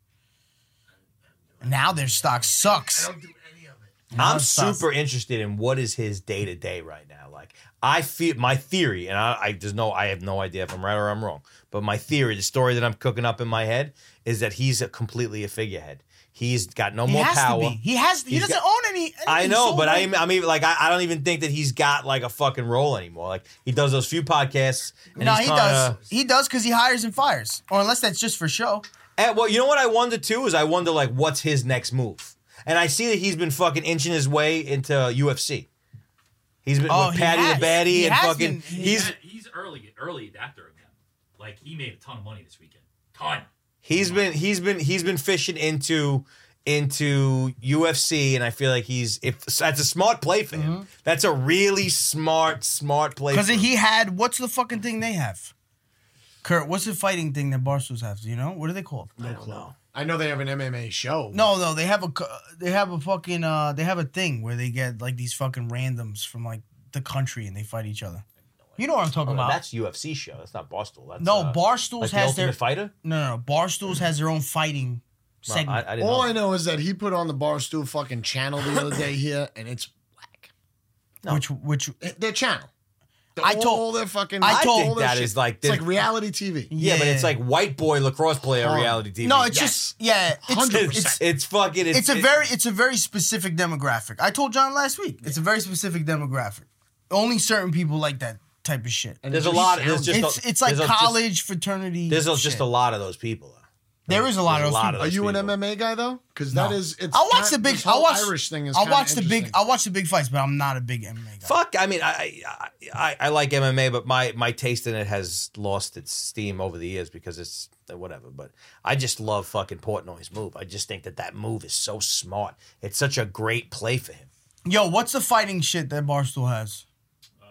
Speaker 3: Now their stock
Speaker 2: I
Speaker 3: sucks.
Speaker 2: don't do any of it.
Speaker 3: Now
Speaker 1: I'm
Speaker 3: it sucks.
Speaker 1: super interested in what is his day to day right now. Like I feel my theory, and I, I there's no I have no idea if I'm right or I'm wrong. But my theory, the story that I'm cooking up in my head, is that he's a completely a figurehead. He's got no
Speaker 3: He
Speaker 1: more
Speaker 3: has
Speaker 1: power.
Speaker 3: to be. He has. He
Speaker 1: He's
Speaker 3: doesn't
Speaker 1: got-
Speaker 3: own any. anything.
Speaker 1: I know,
Speaker 3: So,
Speaker 1: but
Speaker 3: like,
Speaker 1: I'm, I'm even like I, I don't even think that he's got like a fucking role anymore. Like he does those few podcasts. And
Speaker 3: No,
Speaker 1: he's
Speaker 3: he
Speaker 1: kinda-
Speaker 3: does. He does because he hires and fires, or unless that's just for show.
Speaker 1: And, well, you know what I wonder too is I wonder like what's his next move. And I see that he's been fucking inching his way into UFC. He's been
Speaker 3: Oh,
Speaker 1: with
Speaker 3: he
Speaker 1: Patty
Speaker 3: has.
Speaker 1: the Batty
Speaker 3: He
Speaker 1: and
Speaker 3: has
Speaker 1: fucking
Speaker 3: been- he
Speaker 1: he's
Speaker 4: he's early early adapter of them. Like he made a ton of money this weekend. Ton.
Speaker 1: he's been he's been he's been fishing into into UFC and I feel like he's if that's a smart play for him. That's a really smart smart play.
Speaker 3: Mm-hmm. Because
Speaker 1: for him.
Speaker 3: he had what's the fucking thing they have? Kurt, what's the fighting thing that Barstools have? Do you know what are they called?
Speaker 1: I don't know.
Speaker 5: I know they have an MMA show.
Speaker 3: No, no, they have a co- they have a fucking uh they have a thing where they get like these fucking randoms from like the country and they fight each other. You know what I'm talking
Speaker 1: Oh, no,
Speaker 3: about?
Speaker 1: that's UFC show. That's not Barstool. That's,
Speaker 3: no,
Speaker 1: uh,
Speaker 3: Barstools
Speaker 1: like the
Speaker 3: has
Speaker 1: Ultimate
Speaker 3: their
Speaker 1: fighter.
Speaker 3: no, no, no, Barstools has their own fighting
Speaker 1: No,
Speaker 3: segment. Oh,
Speaker 1: I, I didn't
Speaker 5: All
Speaker 1: know.
Speaker 5: I know is that he put on the Barstool fucking channel the other day here, and it's whack.
Speaker 1: no.
Speaker 3: Which which
Speaker 5: Their channel. The-
Speaker 3: I
Speaker 5: all-
Speaker 3: told-
Speaker 5: all their fucking.
Speaker 3: I
Speaker 5: all
Speaker 3: told-
Speaker 5: their
Speaker 1: That
Speaker 5: shit.
Speaker 1: is like
Speaker 5: it's
Speaker 1: this-
Speaker 5: like reality TV.
Speaker 1: Yeah, but it's like white boy lacrosse player
Speaker 5: Huh.
Speaker 1: reality TV.
Speaker 3: no, it's
Speaker 5: Yes.
Speaker 3: just yeah, it's,
Speaker 5: 100%.
Speaker 3: it's
Speaker 1: it's, it's fucking. It's,
Speaker 3: it's a very it's a very specific demographic. I told John last week. It's a very specific demographic. Only certain people like that type of shit.
Speaker 1: There's a lot. There's just
Speaker 3: it's
Speaker 1: a,
Speaker 3: it's like
Speaker 1: there's a-
Speaker 3: college fraternity.
Speaker 1: Just, there's a,
Speaker 3: shit.
Speaker 1: just a lot of those people. though.
Speaker 3: There is a lot
Speaker 1: There's
Speaker 3: of those people.
Speaker 5: Are you an
Speaker 1: people.
Speaker 5: MMA guy though? Because that
Speaker 3: No.
Speaker 5: is. It's
Speaker 3: I watch
Speaker 5: kind-
Speaker 3: the big.
Speaker 5: this
Speaker 3: I
Speaker 5: whole
Speaker 3: watch
Speaker 5: Irish thing. Is
Speaker 3: I
Speaker 5: kinda
Speaker 3: watch the big.
Speaker 5: interesting.
Speaker 3: I watch the big fights, but I'm not a big MMA guy.
Speaker 1: Fuck. I mean, I, I I I like MMA, but my my taste in it has lost its steam over the years because it's whatever. But I just love fucking Portnoy's move. I just think that that move is so smart. It's such a great play for him.
Speaker 3: Yo, what's the fighting shit that Barstool has? Uh,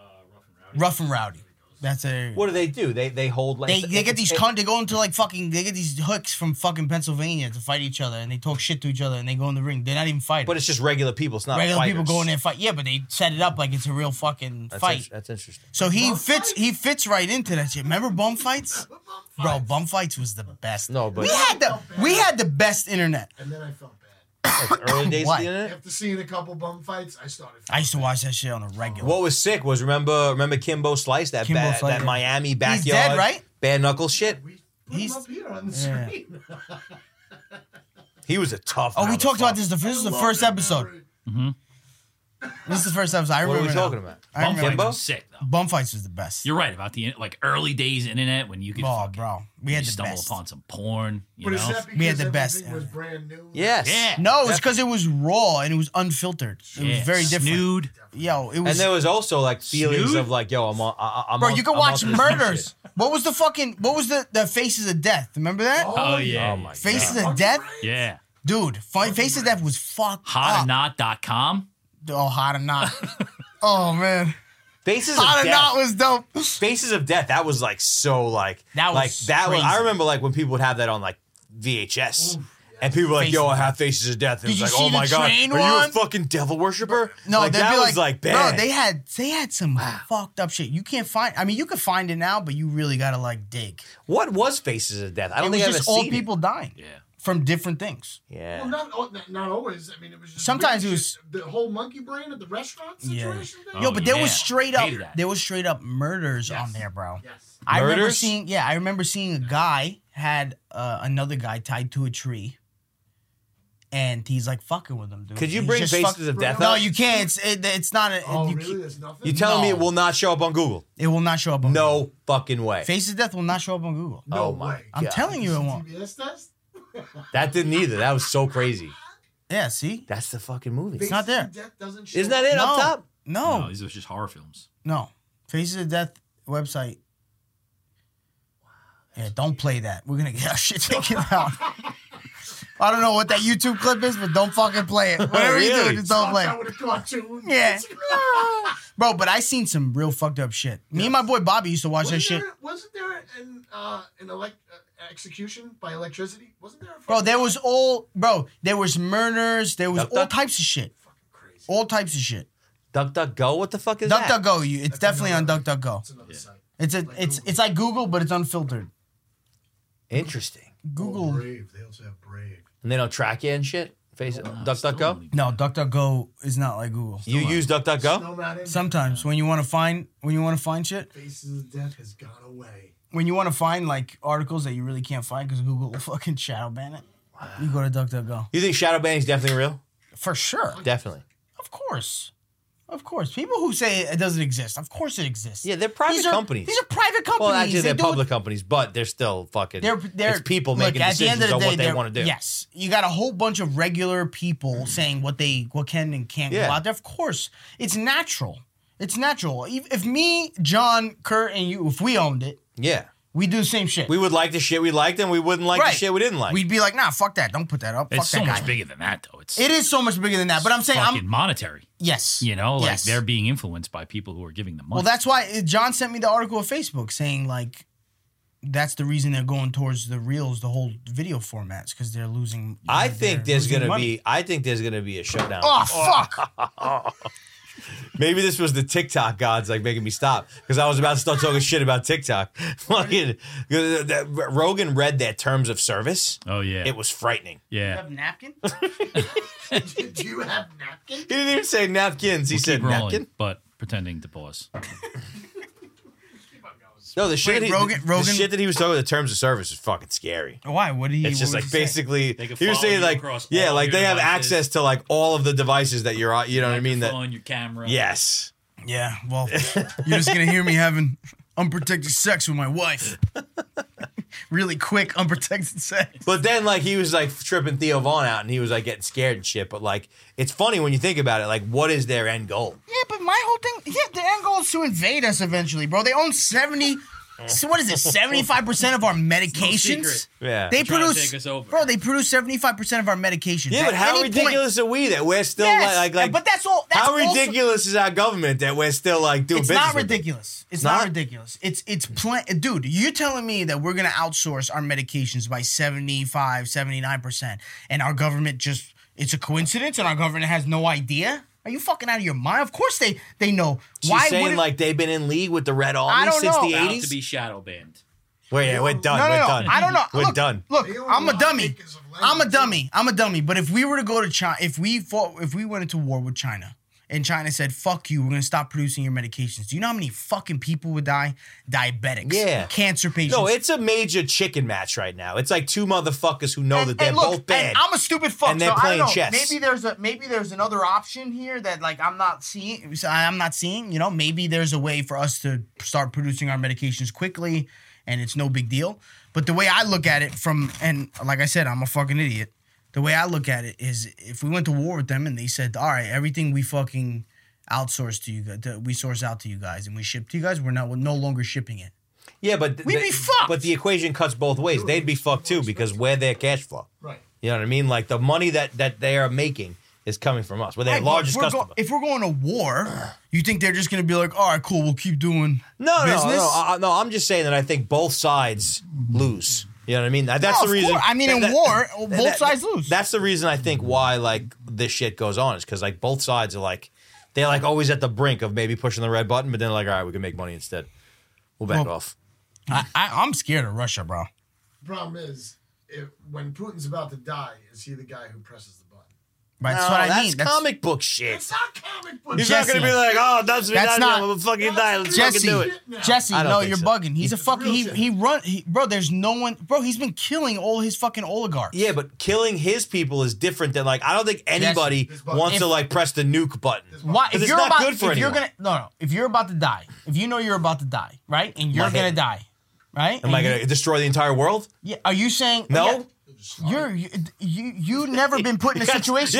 Speaker 3: Rough and rowdy. That's a.
Speaker 1: What do they do? They they hold like
Speaker 3: They, they get these
Speaker 1: it-
Speaker 3: cunt. They go into like fucking. They get these hooks from fucking Pennsylvania to fight each other, and they talk shit to each other, and they go in the ring. They're not even fighting.
Speaker 1: but it's just regular people. It's not
Speaker 3: regular people
Speaker 1: fighters.
Speaker 3: go in there and fight. Yeah, but they set it up like it's a real fucking
Speaker 1: That's
Speaker 3: fight.
Speaker 1: in- that's interesting.
Speaker 3: so he
Speaker 2: Bum
Speaker 3: fits. He fits right into that shit. Remember bum fights? Bro, bum fights was the best.
Speaker 1: No, but-
Speaker 3: we had the we had the best internet.
Speaker 2: And then I felt bad.
Speaker 1: Like early days of
Speaker 3: Why?
Speaker 1: the internet.
Speaker 2: After seeing a couple bum fights, I started.
Speaker 3: I used to watch that shit on a regular.
Speaker 1: What was sick was remember remember Kimbo Slice that
Speaker 3: Kimbo
Speaker 1: ba-
Speaker 3: Slice,
Speaker 1: that
Speaker 3: yeah.
Speaker 1: Miami backyard
Speaker 3: dead, right?
Speaker 1: bare knuckle shit.
Speaker 2: We put
Speaker 3: He's-
Speaker 2: him up here on the
Speaker 3: Yeah.
Speaker 2: screen.
Speaker 1: He was a tough.
Speaker 3: Oh, we talked about this. The,
Speaker 2: I
Speaker 3: this is the
Speaker 2: love
Speaker 3: first
Speaker 2: that
Speaker 3: episode.
Speaker 2: memory.
Speaker 3: This is the first episode. I
Speaker 1: What are
Speaker 3: remember.
Speaker 1: we
Speaker 3: now.
Speaker 1: talking about?
Speaker 3: I
Speaker 4: Bum
Speaker 3: remember.
Speaker 4: fights
Speaker 1: Kimbo?
Speaker 4: was sick though.
Speaker 3: Bum fights was the best.
Speaker 4: You're right about the like early days internet when you could
Speaker 3: oh,
Speaker 4: fucking-
Speaker 3: bro, we had
Speaker 4: you
Speaker 3: the
Speaker 4: stumble
Speaker 3: best.
Speaker 4: upon some porn. You
Speaker 2: But
Speaker 4: know?
Speaker 2: is that because
Speaker 3: We had the best
Speaker 2: everything was
Speaker 3: internet.
Speaker 2: brand new?
Speaker 1: Yes.
Speaker 4: Yeah.
Speaker 3: No, it's because it was raw and it was unfiltered. It
Speaker 4: Yeah.
Speaker 3: was very different.
Speaker 4: Snood.
Speaker 3: Yo, it was.
Speaker 1: And there was also like feelings
Speaker 4: Snood?
Speaker 1: of like, yo, I'm on. I, I'm
Speaker 3: bro,
Speaker 1: on-
Speaker 3: you could
Speaker 1: I'm
Speaker 3: watch
Speaker 1: on this new
Speaker 3: murders. What was the fucking? What was the the Faces of Death? Remember that?
Speaker 4: Oh, yeah.
Speaker 1: Oh, my
Speaker 3: Faces
Speaker 1: God.
Speaker 3: of Death,
Speaker 4: Yeah.
Speaker 3: dude. Fi- Faces of Death was fucked up.
Speaker 4: Hotanot.com.
Speaker 3: Oh, hot or not? oh man,
Speaker 1: shit. Faces of
Speaker 3: hot or not
Speaker 1: death.
Speaker 3: was dope.
Speaker 1: Faces of death. That was like so like
Speaker 3: That was
Speaker 1: like that was. I
Speaker 3: crazy.
Speaker 1: remember like when people would have that on like VHS. And people were like,
Speaker 3: Faces
Speaker 1: "Yo,
Speaker 3: of
Speaker 1: I have faces of death." And
Speaker 3: Did
Speaker 1: it's like,
Speaker 3: you
Speaker 1: "Oh
Speaker 3: see
Speaker 1: my
Speaker 3: the
Speaker 1: god,
Speaker 3: train
Speaker 1: are you a
Speaker 3: one?
Speaker 1: fucking devil worshiper?"
Speaker 3: No,
Speaker 1: like,
Speaker 3: they'd
Speaker 1: that
Speaker 3: be
Speaker 1: was
Speaker 3: like,
Speaker 1: like
Speaker 3: bro,
Speaker 1: bad.
Speaker 3: they had they had some fucked up shit. You can't find. I mean, you can find it now, but you really gotta like dig.
Speaker 1: what was faces of death? I
Speaker 3: It
Speaker 1: don't
Speaker 3: was
Speaker 1: think I've ever
Speaker 3: just old
Speaker 1: seen it.
Speaker 3: people dying
Speaker 4: Yeah.
Speaker 3: from different things.
Speaker 1: Yeah.
Speaker 2: Well, not, al- not not always. I mean, it was just
Speaker 3: Sometimes
Speaker 2: weird
Speaker 3: it was-
Speaker 2: shit. the whole monkey brain at the restaurant
Speaker 3: Yeah.
Speaker 2: situation. thing.
Speaker 3: Yo,
Speaker 4: Oh,
Speaker 3: but there was
Speaker 4: yeah.
Speaker 3: straight up
Speaker 4: Hated that.
Speaker 3: there was straight up murders
Speaker 4: Yes.
Speaker 3: on there, bro.
Speaker 2: Yes.
Speaker 3: I remember
Speaker 1: Murders?
Speaker 3: seeing yeah, I remember seeing a guy had uh, another guy tied to a tree. And he's like fucking with him, dude.
Speaker 1: Could you
Speaker 3: He's
Speaker 1: bring
Speaker 3: just
Speaker 1: faces
Speaker 3: fuck-
Speaker 1: of death?
Speaker 3: No,
Speaker 1: up?
Speaker 3: you can't. It's, it, it's not. A,
Speaker 2: Oh,
Speaker 3: you
Speaker 2: really?
Speaker 3: can't-
Speaker 2: There's nothing.
Speaker 1: You telling me it
Speaker 3: No.
Speaker 1: will not show up on Google?
Speaker 3: It will not show up. on Google.
Speaker 1: No fucking way.
Speaker 3: faces of death will not show up on Google.
Speaker 2: No
Speaker 1: oh my
Speaker 2: way.
Speaker 3: I'm
Speaker 1: God.
Speaker 3: telling you, it won't.
Speaker 2: TBS test.
Speaker 1: That didn't either. That was so crazy.
Speaker 3: Yeah, see,
Speaker 1: That's the fucking movie.
Speaker 2: Faces
Speaker 3: not
Speaker 2: of
Speaker 3: there.
Speaker 2: Death doesn't show
Speaker 1: Isn't that it up
Speaker 3: No.
Speaker 1: top?
Speaker 3: no,
Speaker 4: No, these were just horror films.
Speaker 3: No. Faces of Death website. Yeah, don't play that. We're gonna get our shit taken out. I don't know what that YouTube clip is, but don't fucking play it. Whatever you
Speaker 1: Really?
Speaker 3: do, just don't play.
Speaker 2: That
Speaker 3: it.
Speaker 2: would have caught you.
Speaker 3: Yeah. Bro, but I seen some real fucked up shit. Me and my boy Bobby used to watch that
Speaker 2: Wasn't
Speaker 3: shit.
Speaker 2: there, wasn't there an uh, an elect uh, execution by electricity? Wasn't there? A
Speaker 3: Bro,
Speaker 2: fucking-
Speaker 3: there was all bro, there was murders, there was
Speaker 1: Duck,
Speaker 3: all
Speaker 1: duck.
Speaker 3: types of shit.
Speaker 2: Fucking crazy.
Speaker 3: All types of shit.
Speaker 1: Duck Duck Go? What the fuck is that?
Speaker 3: DuckDuckGo, you it's
Speaker 2: That's
Speaker 3: definitely on
Speaker 2: another-
Speaker 3: DuckDuckGo.
Speaker 2: It's another site.
Speaker 3: It's a
Speaker 2: Like
Speaker 3: it's
Speaker 2: Google.
Speaker 3: it's like Google, but it's unfiltered.
Speaker 1: Interesting.
Speaker 2: Oh,
Speaker 3: Google
Speaker 2: Brave. They also have Brave.
Speaker 1: and they don't track you and shit. Face
Speaker 4: Still
Speaker 1: DuckDuckGo.
Speaker 4: only-
Speaker 3: No, DuckDuckGo is not like Google.
Speaker 1: You use DuckDuckGo?
Speaker 2: Snowman in
Speaker 3: Sometimes when you want to find when you want to find shit,
Speaker 2: Faces of Death has gone away.
Speaker 3: when you want to find like articles that you really can't find because Google will fucking shadow ban it, you go to DuckDuckGo
Speaker 1: You think shadow banning is definitely real?
Speaker 3: for sure.
Speaker 1: Definitely.
Speaker 3: Of course. Of course, people who say it doesn't exist, of course it exists.
Speaker 1: Yeah, they're private
Speaker 3: These are-
Speaker 1: companies.
Speaker 3: These are private companies.
Speaker 1: Well, actually,
Speaker 3: They
Speaker 1: they're
Speaker 3: do it-
Speaker 1: public companies, but they're still fucking.
Speaker 3: They're, they're
Speaker 1: it's people
Speaker 3: look,
Speaker 1: making
Speaker 3: at the
Speaker 1: decisions
Speaker 3: end of the
Speaker 1: on
Speaker 3: day,
Speaker 1: what they
Speaker 3: they're-
Speaker 1: want to do.
Speaker 3: Yes, you got a whole bunch of regular people saying what they what can and can't
Speaker 1: Yeah.
Speaker 3: go out there. Of course, it's natural. It's natural. If if me, John, Kurt, and you, if we owned it,
Speaker 1: Yeah.
Speaker 3: we do the same shit.
Speaker 1: We would like the shit we liked, and we wouldn't like
Speaker 3: Right.
Speaker 1: the shit we didn't like.
Speaker 3: We'd be like, nah, fuck that. Don't put that up. fuck
Speaker 4: It's so
Speaker 3: that
Speaker 4: much
Speaker 3: guy.
Speaker 4: bigger than that, though. It's
Speaker 3: It is so much bigger than that. But I'm saying,
Speaker 4: fucking
Speaker 3: I'm
Speaker 4: monetary.
Speaker 3: yes,
Speaker 4: You know, like
Speaker 3: Yes.
Speaker 4: they're being influenced by people who are giving them money.
Speaker 3: Well, that's why uh, John sent me the article of Facebook saying like that's the reason they're going towards the reels, the whole video formats, because they're losing.
Speaker 1: I
Speaker 3: they're
Speaker 1: think there's
Speaker 3: losing
Speaker 1: gonna
Speaker 3: money.
Speaker 1: be. I think there's gonna be a showdown.
Speaker 3: Oh fuck!
Speaker 1: Maybe this was the TikTok gods like making me stop because I was about to start talking shit about TikTok. Fucking that- Rogan read their terms of service.
Speaker 4: oh yeah,
Speaker 1: It was frightening.
Speaker 4: yeah.
Speaker 3: napkin?
Speaker 2: Do you have napkins?
Speaker 1: He didn't even say napkins. He
Speaker 4: We'll
Speaker 1: said
Speaker 4: keep rolling,
Speaker 1: napkin.
Speaker 4: but pretending to pause.
Speaker 1: No, the shit,
Speaker 3: Wait,
Speaker 1: that he,
Speaker 3: Rogan-
Speaker 1: the
Speaker 3: Rogan-
Speaker 1: shit that he was talking about the terms of service is fucking scary.
Speaker 3: Why? What do you?
Speaker 1: It's just
Speaker 3: what
Speaker 1: like
Speaker 3: would you say?
Speaker 1: basically
Speaker 4: can
Speaker 1: he was
Speaker 4: follow
Speaker 1: saying
Speaker 4: you
Speaker 1: like
Speaker 4: across
Speaker 1: yeah,
Speaker 4: all
Speaker 1: like
Speaker 4: your
Speaker 1: they have
Speaker 4: devices.
Speaker 1: access to like all of the devices that you're on. You know what I mean? That
Speaker 4: on your camera.
Speaker 1: yes,
Speaker 3: Yeah. Well, you're just gonna hear me having unprotected sex with my wife. really quick, unprotected sex.
Speaker 1: But then, like, he was like tripping Theo Vaughn out, and he was like getting scared and shit. But like, it's funny when you think about it. Like, what is their end goal?
Speaker 3: Yeah, but my whole thing, yeah, the end goal is to invade us eventually, bro. They own seventy. So what is it? Seventy-five percent of our medications.
Speaker 4: secret.
Speaker 1: Yeah,
Speaker 3: They
Speaker 4: trying to
Speaker 3: produce,
Speaker 4: take us over.
Speaker 3: bro. They produce seventy five percent of our medications.
Speaker 1: yeah. But
Speaker 3: At
Speaker 1: how
Speaker 3: any point-
Speaker 1: ridiculous are we that we're still
Speaker 3: Yes,
Speaker 1: like, like,
Speaker 3: but that's all. That's
Speaker 1: how
Speaker 3: also-
Speaker 1: ridiculous is our government that we're still like doing
Speaker 3: It's
Speaker 1: business?
Speaker 3: not
Speaker 1: with them?
Speaker 3: ridiculous. It's not,
Speaker 1: Not-
Speaker 3: ridiculous. It's it's plan. Dude, you're telling me that we're gonna outsource our medications by 75, 79 percent, and our government just it's a coincidence, and our government has no idea. Are you fucking out of your mind? Of course they they know.
Speaker 1: She's
Speaker 3: Why
Speaker 1: saying
Speaker 3: wouldn't-
Speaker 1: like they've been in league with the Red Army
Speaker 3: I don't
Speaker 1: since
Speaker 3: know.
Speaker 1: the
Speaker 3: About
Speaker 4: About to
Speaker 1: eighties.
Speaker 4: be shadow banned.
Speaker 1: Wait, yeah, we're done.
Speaker 3: No, no,
Speaker 1: we're
Speaker 3: no.
Speaker 1: done.
Speaker 3: I don't know.
Speaker 1: We're
Speaker 3: look,
Speaker 1: done.
Speaker 3: Look,
Speaker 2: They own
Speaker 3: I'm a
Speaker 2: a lot
Speaker 3: dummy.
Speaker 2: acres of land,
Speaker 3: I'm a
Speaker 2: too.
Speaker 3: dummy. I'm a dummy. But if we were to go to China, if we fought, if we went into war with China, and China said, "Fuck you, we're gonna stop producing your medications," do you know how many fucking people would die? Diabetics,
Speaker 1: Yeah.
Speaker 3: cancer patients.
Speaker 1: No, it's a major chicken match right now. It's like two motherfuckers who know that they're
Speaker 3: look,
Speaker 1: both bad.
Speaker 3: And I'm a stupid fuck.
Speaker 1: And they're
Speaker 3: so
Speaker 1: playing
Speaker 3: I don't know.
Speaker 1: chess.
Speaker 3: Maybe there's a maybe there's another option here that like I'm not seeing. so I'm not seeing. You know, maybe there's a way for us to start producing our medications quickly, and it's no big deal. But the way I look at it, from and like I said, I'm a fucking idiot. The way I look at it is, if we went to war with them and they said, "All right, everything we fucking outsource to you, gu- that we source out to you guys, and we ship to you guys, we're not we're no longer shipping it."
Speaker 1: yeah, but th-
Speaker 3: We'd
Speaker 1: the-
Speaker 3: be fucked.
Speaker 1: But the equation cuts both ways. They'd be fucked too because we're their cash flow.
Speaker 2: Right.
Speaker 1: You know what I mean? Like the money that that they are making is coming from us. We're their
Speaker 3: Right, but
Speaker 1: largest
Speaker 3: if we're go-
Speaker 1: customer.
Speaker 3: if we're going to war, you think they're just going to be like, all right, cool, we'll keep doing
Speaker 1: no, no, no,
Speaker 3: business?
Speaker 1: no, I, no. I'm just saying that I think both sides lose. You know what I mean? That- That's
Speaker 3: No,
Speaker 1: the
Speaker 3: of
Speaker 1: reason.
Speaker 3: course. I mean, in war, both sides lose.
Speaker 1: That's the reason I think why like this shit goes on is because like both sides are like they're like always at the brink of maybe pushing the red button, but then like all right, we can make money instead. We'll back
Speaker 3: Well-
Speaker 1: off.
Speaker 3: I, I, I'm scared of Russia, bro.
Speaker 2: Problem is, if, when Putin's about to die, is he the guy who presses the button?
Speaker 3: Right? that's
Speaker 1: No,
Speaker 3: what I
Speaker 1: that's
Speaker 3: mean.
Speaker 1: comic book shit.
Speaker 2: It's not comic book.
Speaker 1: He's
Speaker 2: shit.
Speaker 1: not gonna be
Speaker 3: Jesse.
Speaker 1: like, oh, that's me,
Speaker 3: That's
Speaker 1: that's, not,
Speaker 3: not-
Speaker 1: I'm a fucking
Speaker 2: That's
Speaker 1: die. Let's
Speaker 3: Jesse,
Speaker 1: fucking do it.
Speaker 3: Jesse,
Speaker 1: I don't
Speaker 3: no,
Speaker 1: think
Speaker 3: you're
Speaker 1: so.
Speaker 3: bugging. He's a fucking
Speaker 2: real
Speaker 3: he,
Speaker 2: shit.
Speaker 3: he run he, bro. There's no one, bro. He's been killing all his fucking oligarchs.
Speaker 1: Yeah, but killing his people is different than like I don't think anybody
Speaker 2: This button.
Speaker 1: wants to
Speaker 3: If-
Speaker 1: like press the nuke button.
Speaker 3: Why?
Speaker 1: 'Cause
Speaker 3: If
Speaker 1: it's
Speaker 3: you're
Speaker 1: not
Speaker 3: about,
Speaker 1: good for
Speaker 3: if you're
Speaker 1: anyone.
Speaker 3: gonna no, no, if you're about to die, if you know you're about to die, right, and you're
Speaker 1: My
Speaker 3: gonna
Speaker 1: head.
Speaker 3: die, right?
Speaker 1: Am I gonna destroy the entire world?
Speaker 3: Yeah, are you saying
Speaker 1: No.
Speaker 3: Yeah, you're you you you never been put in a situation.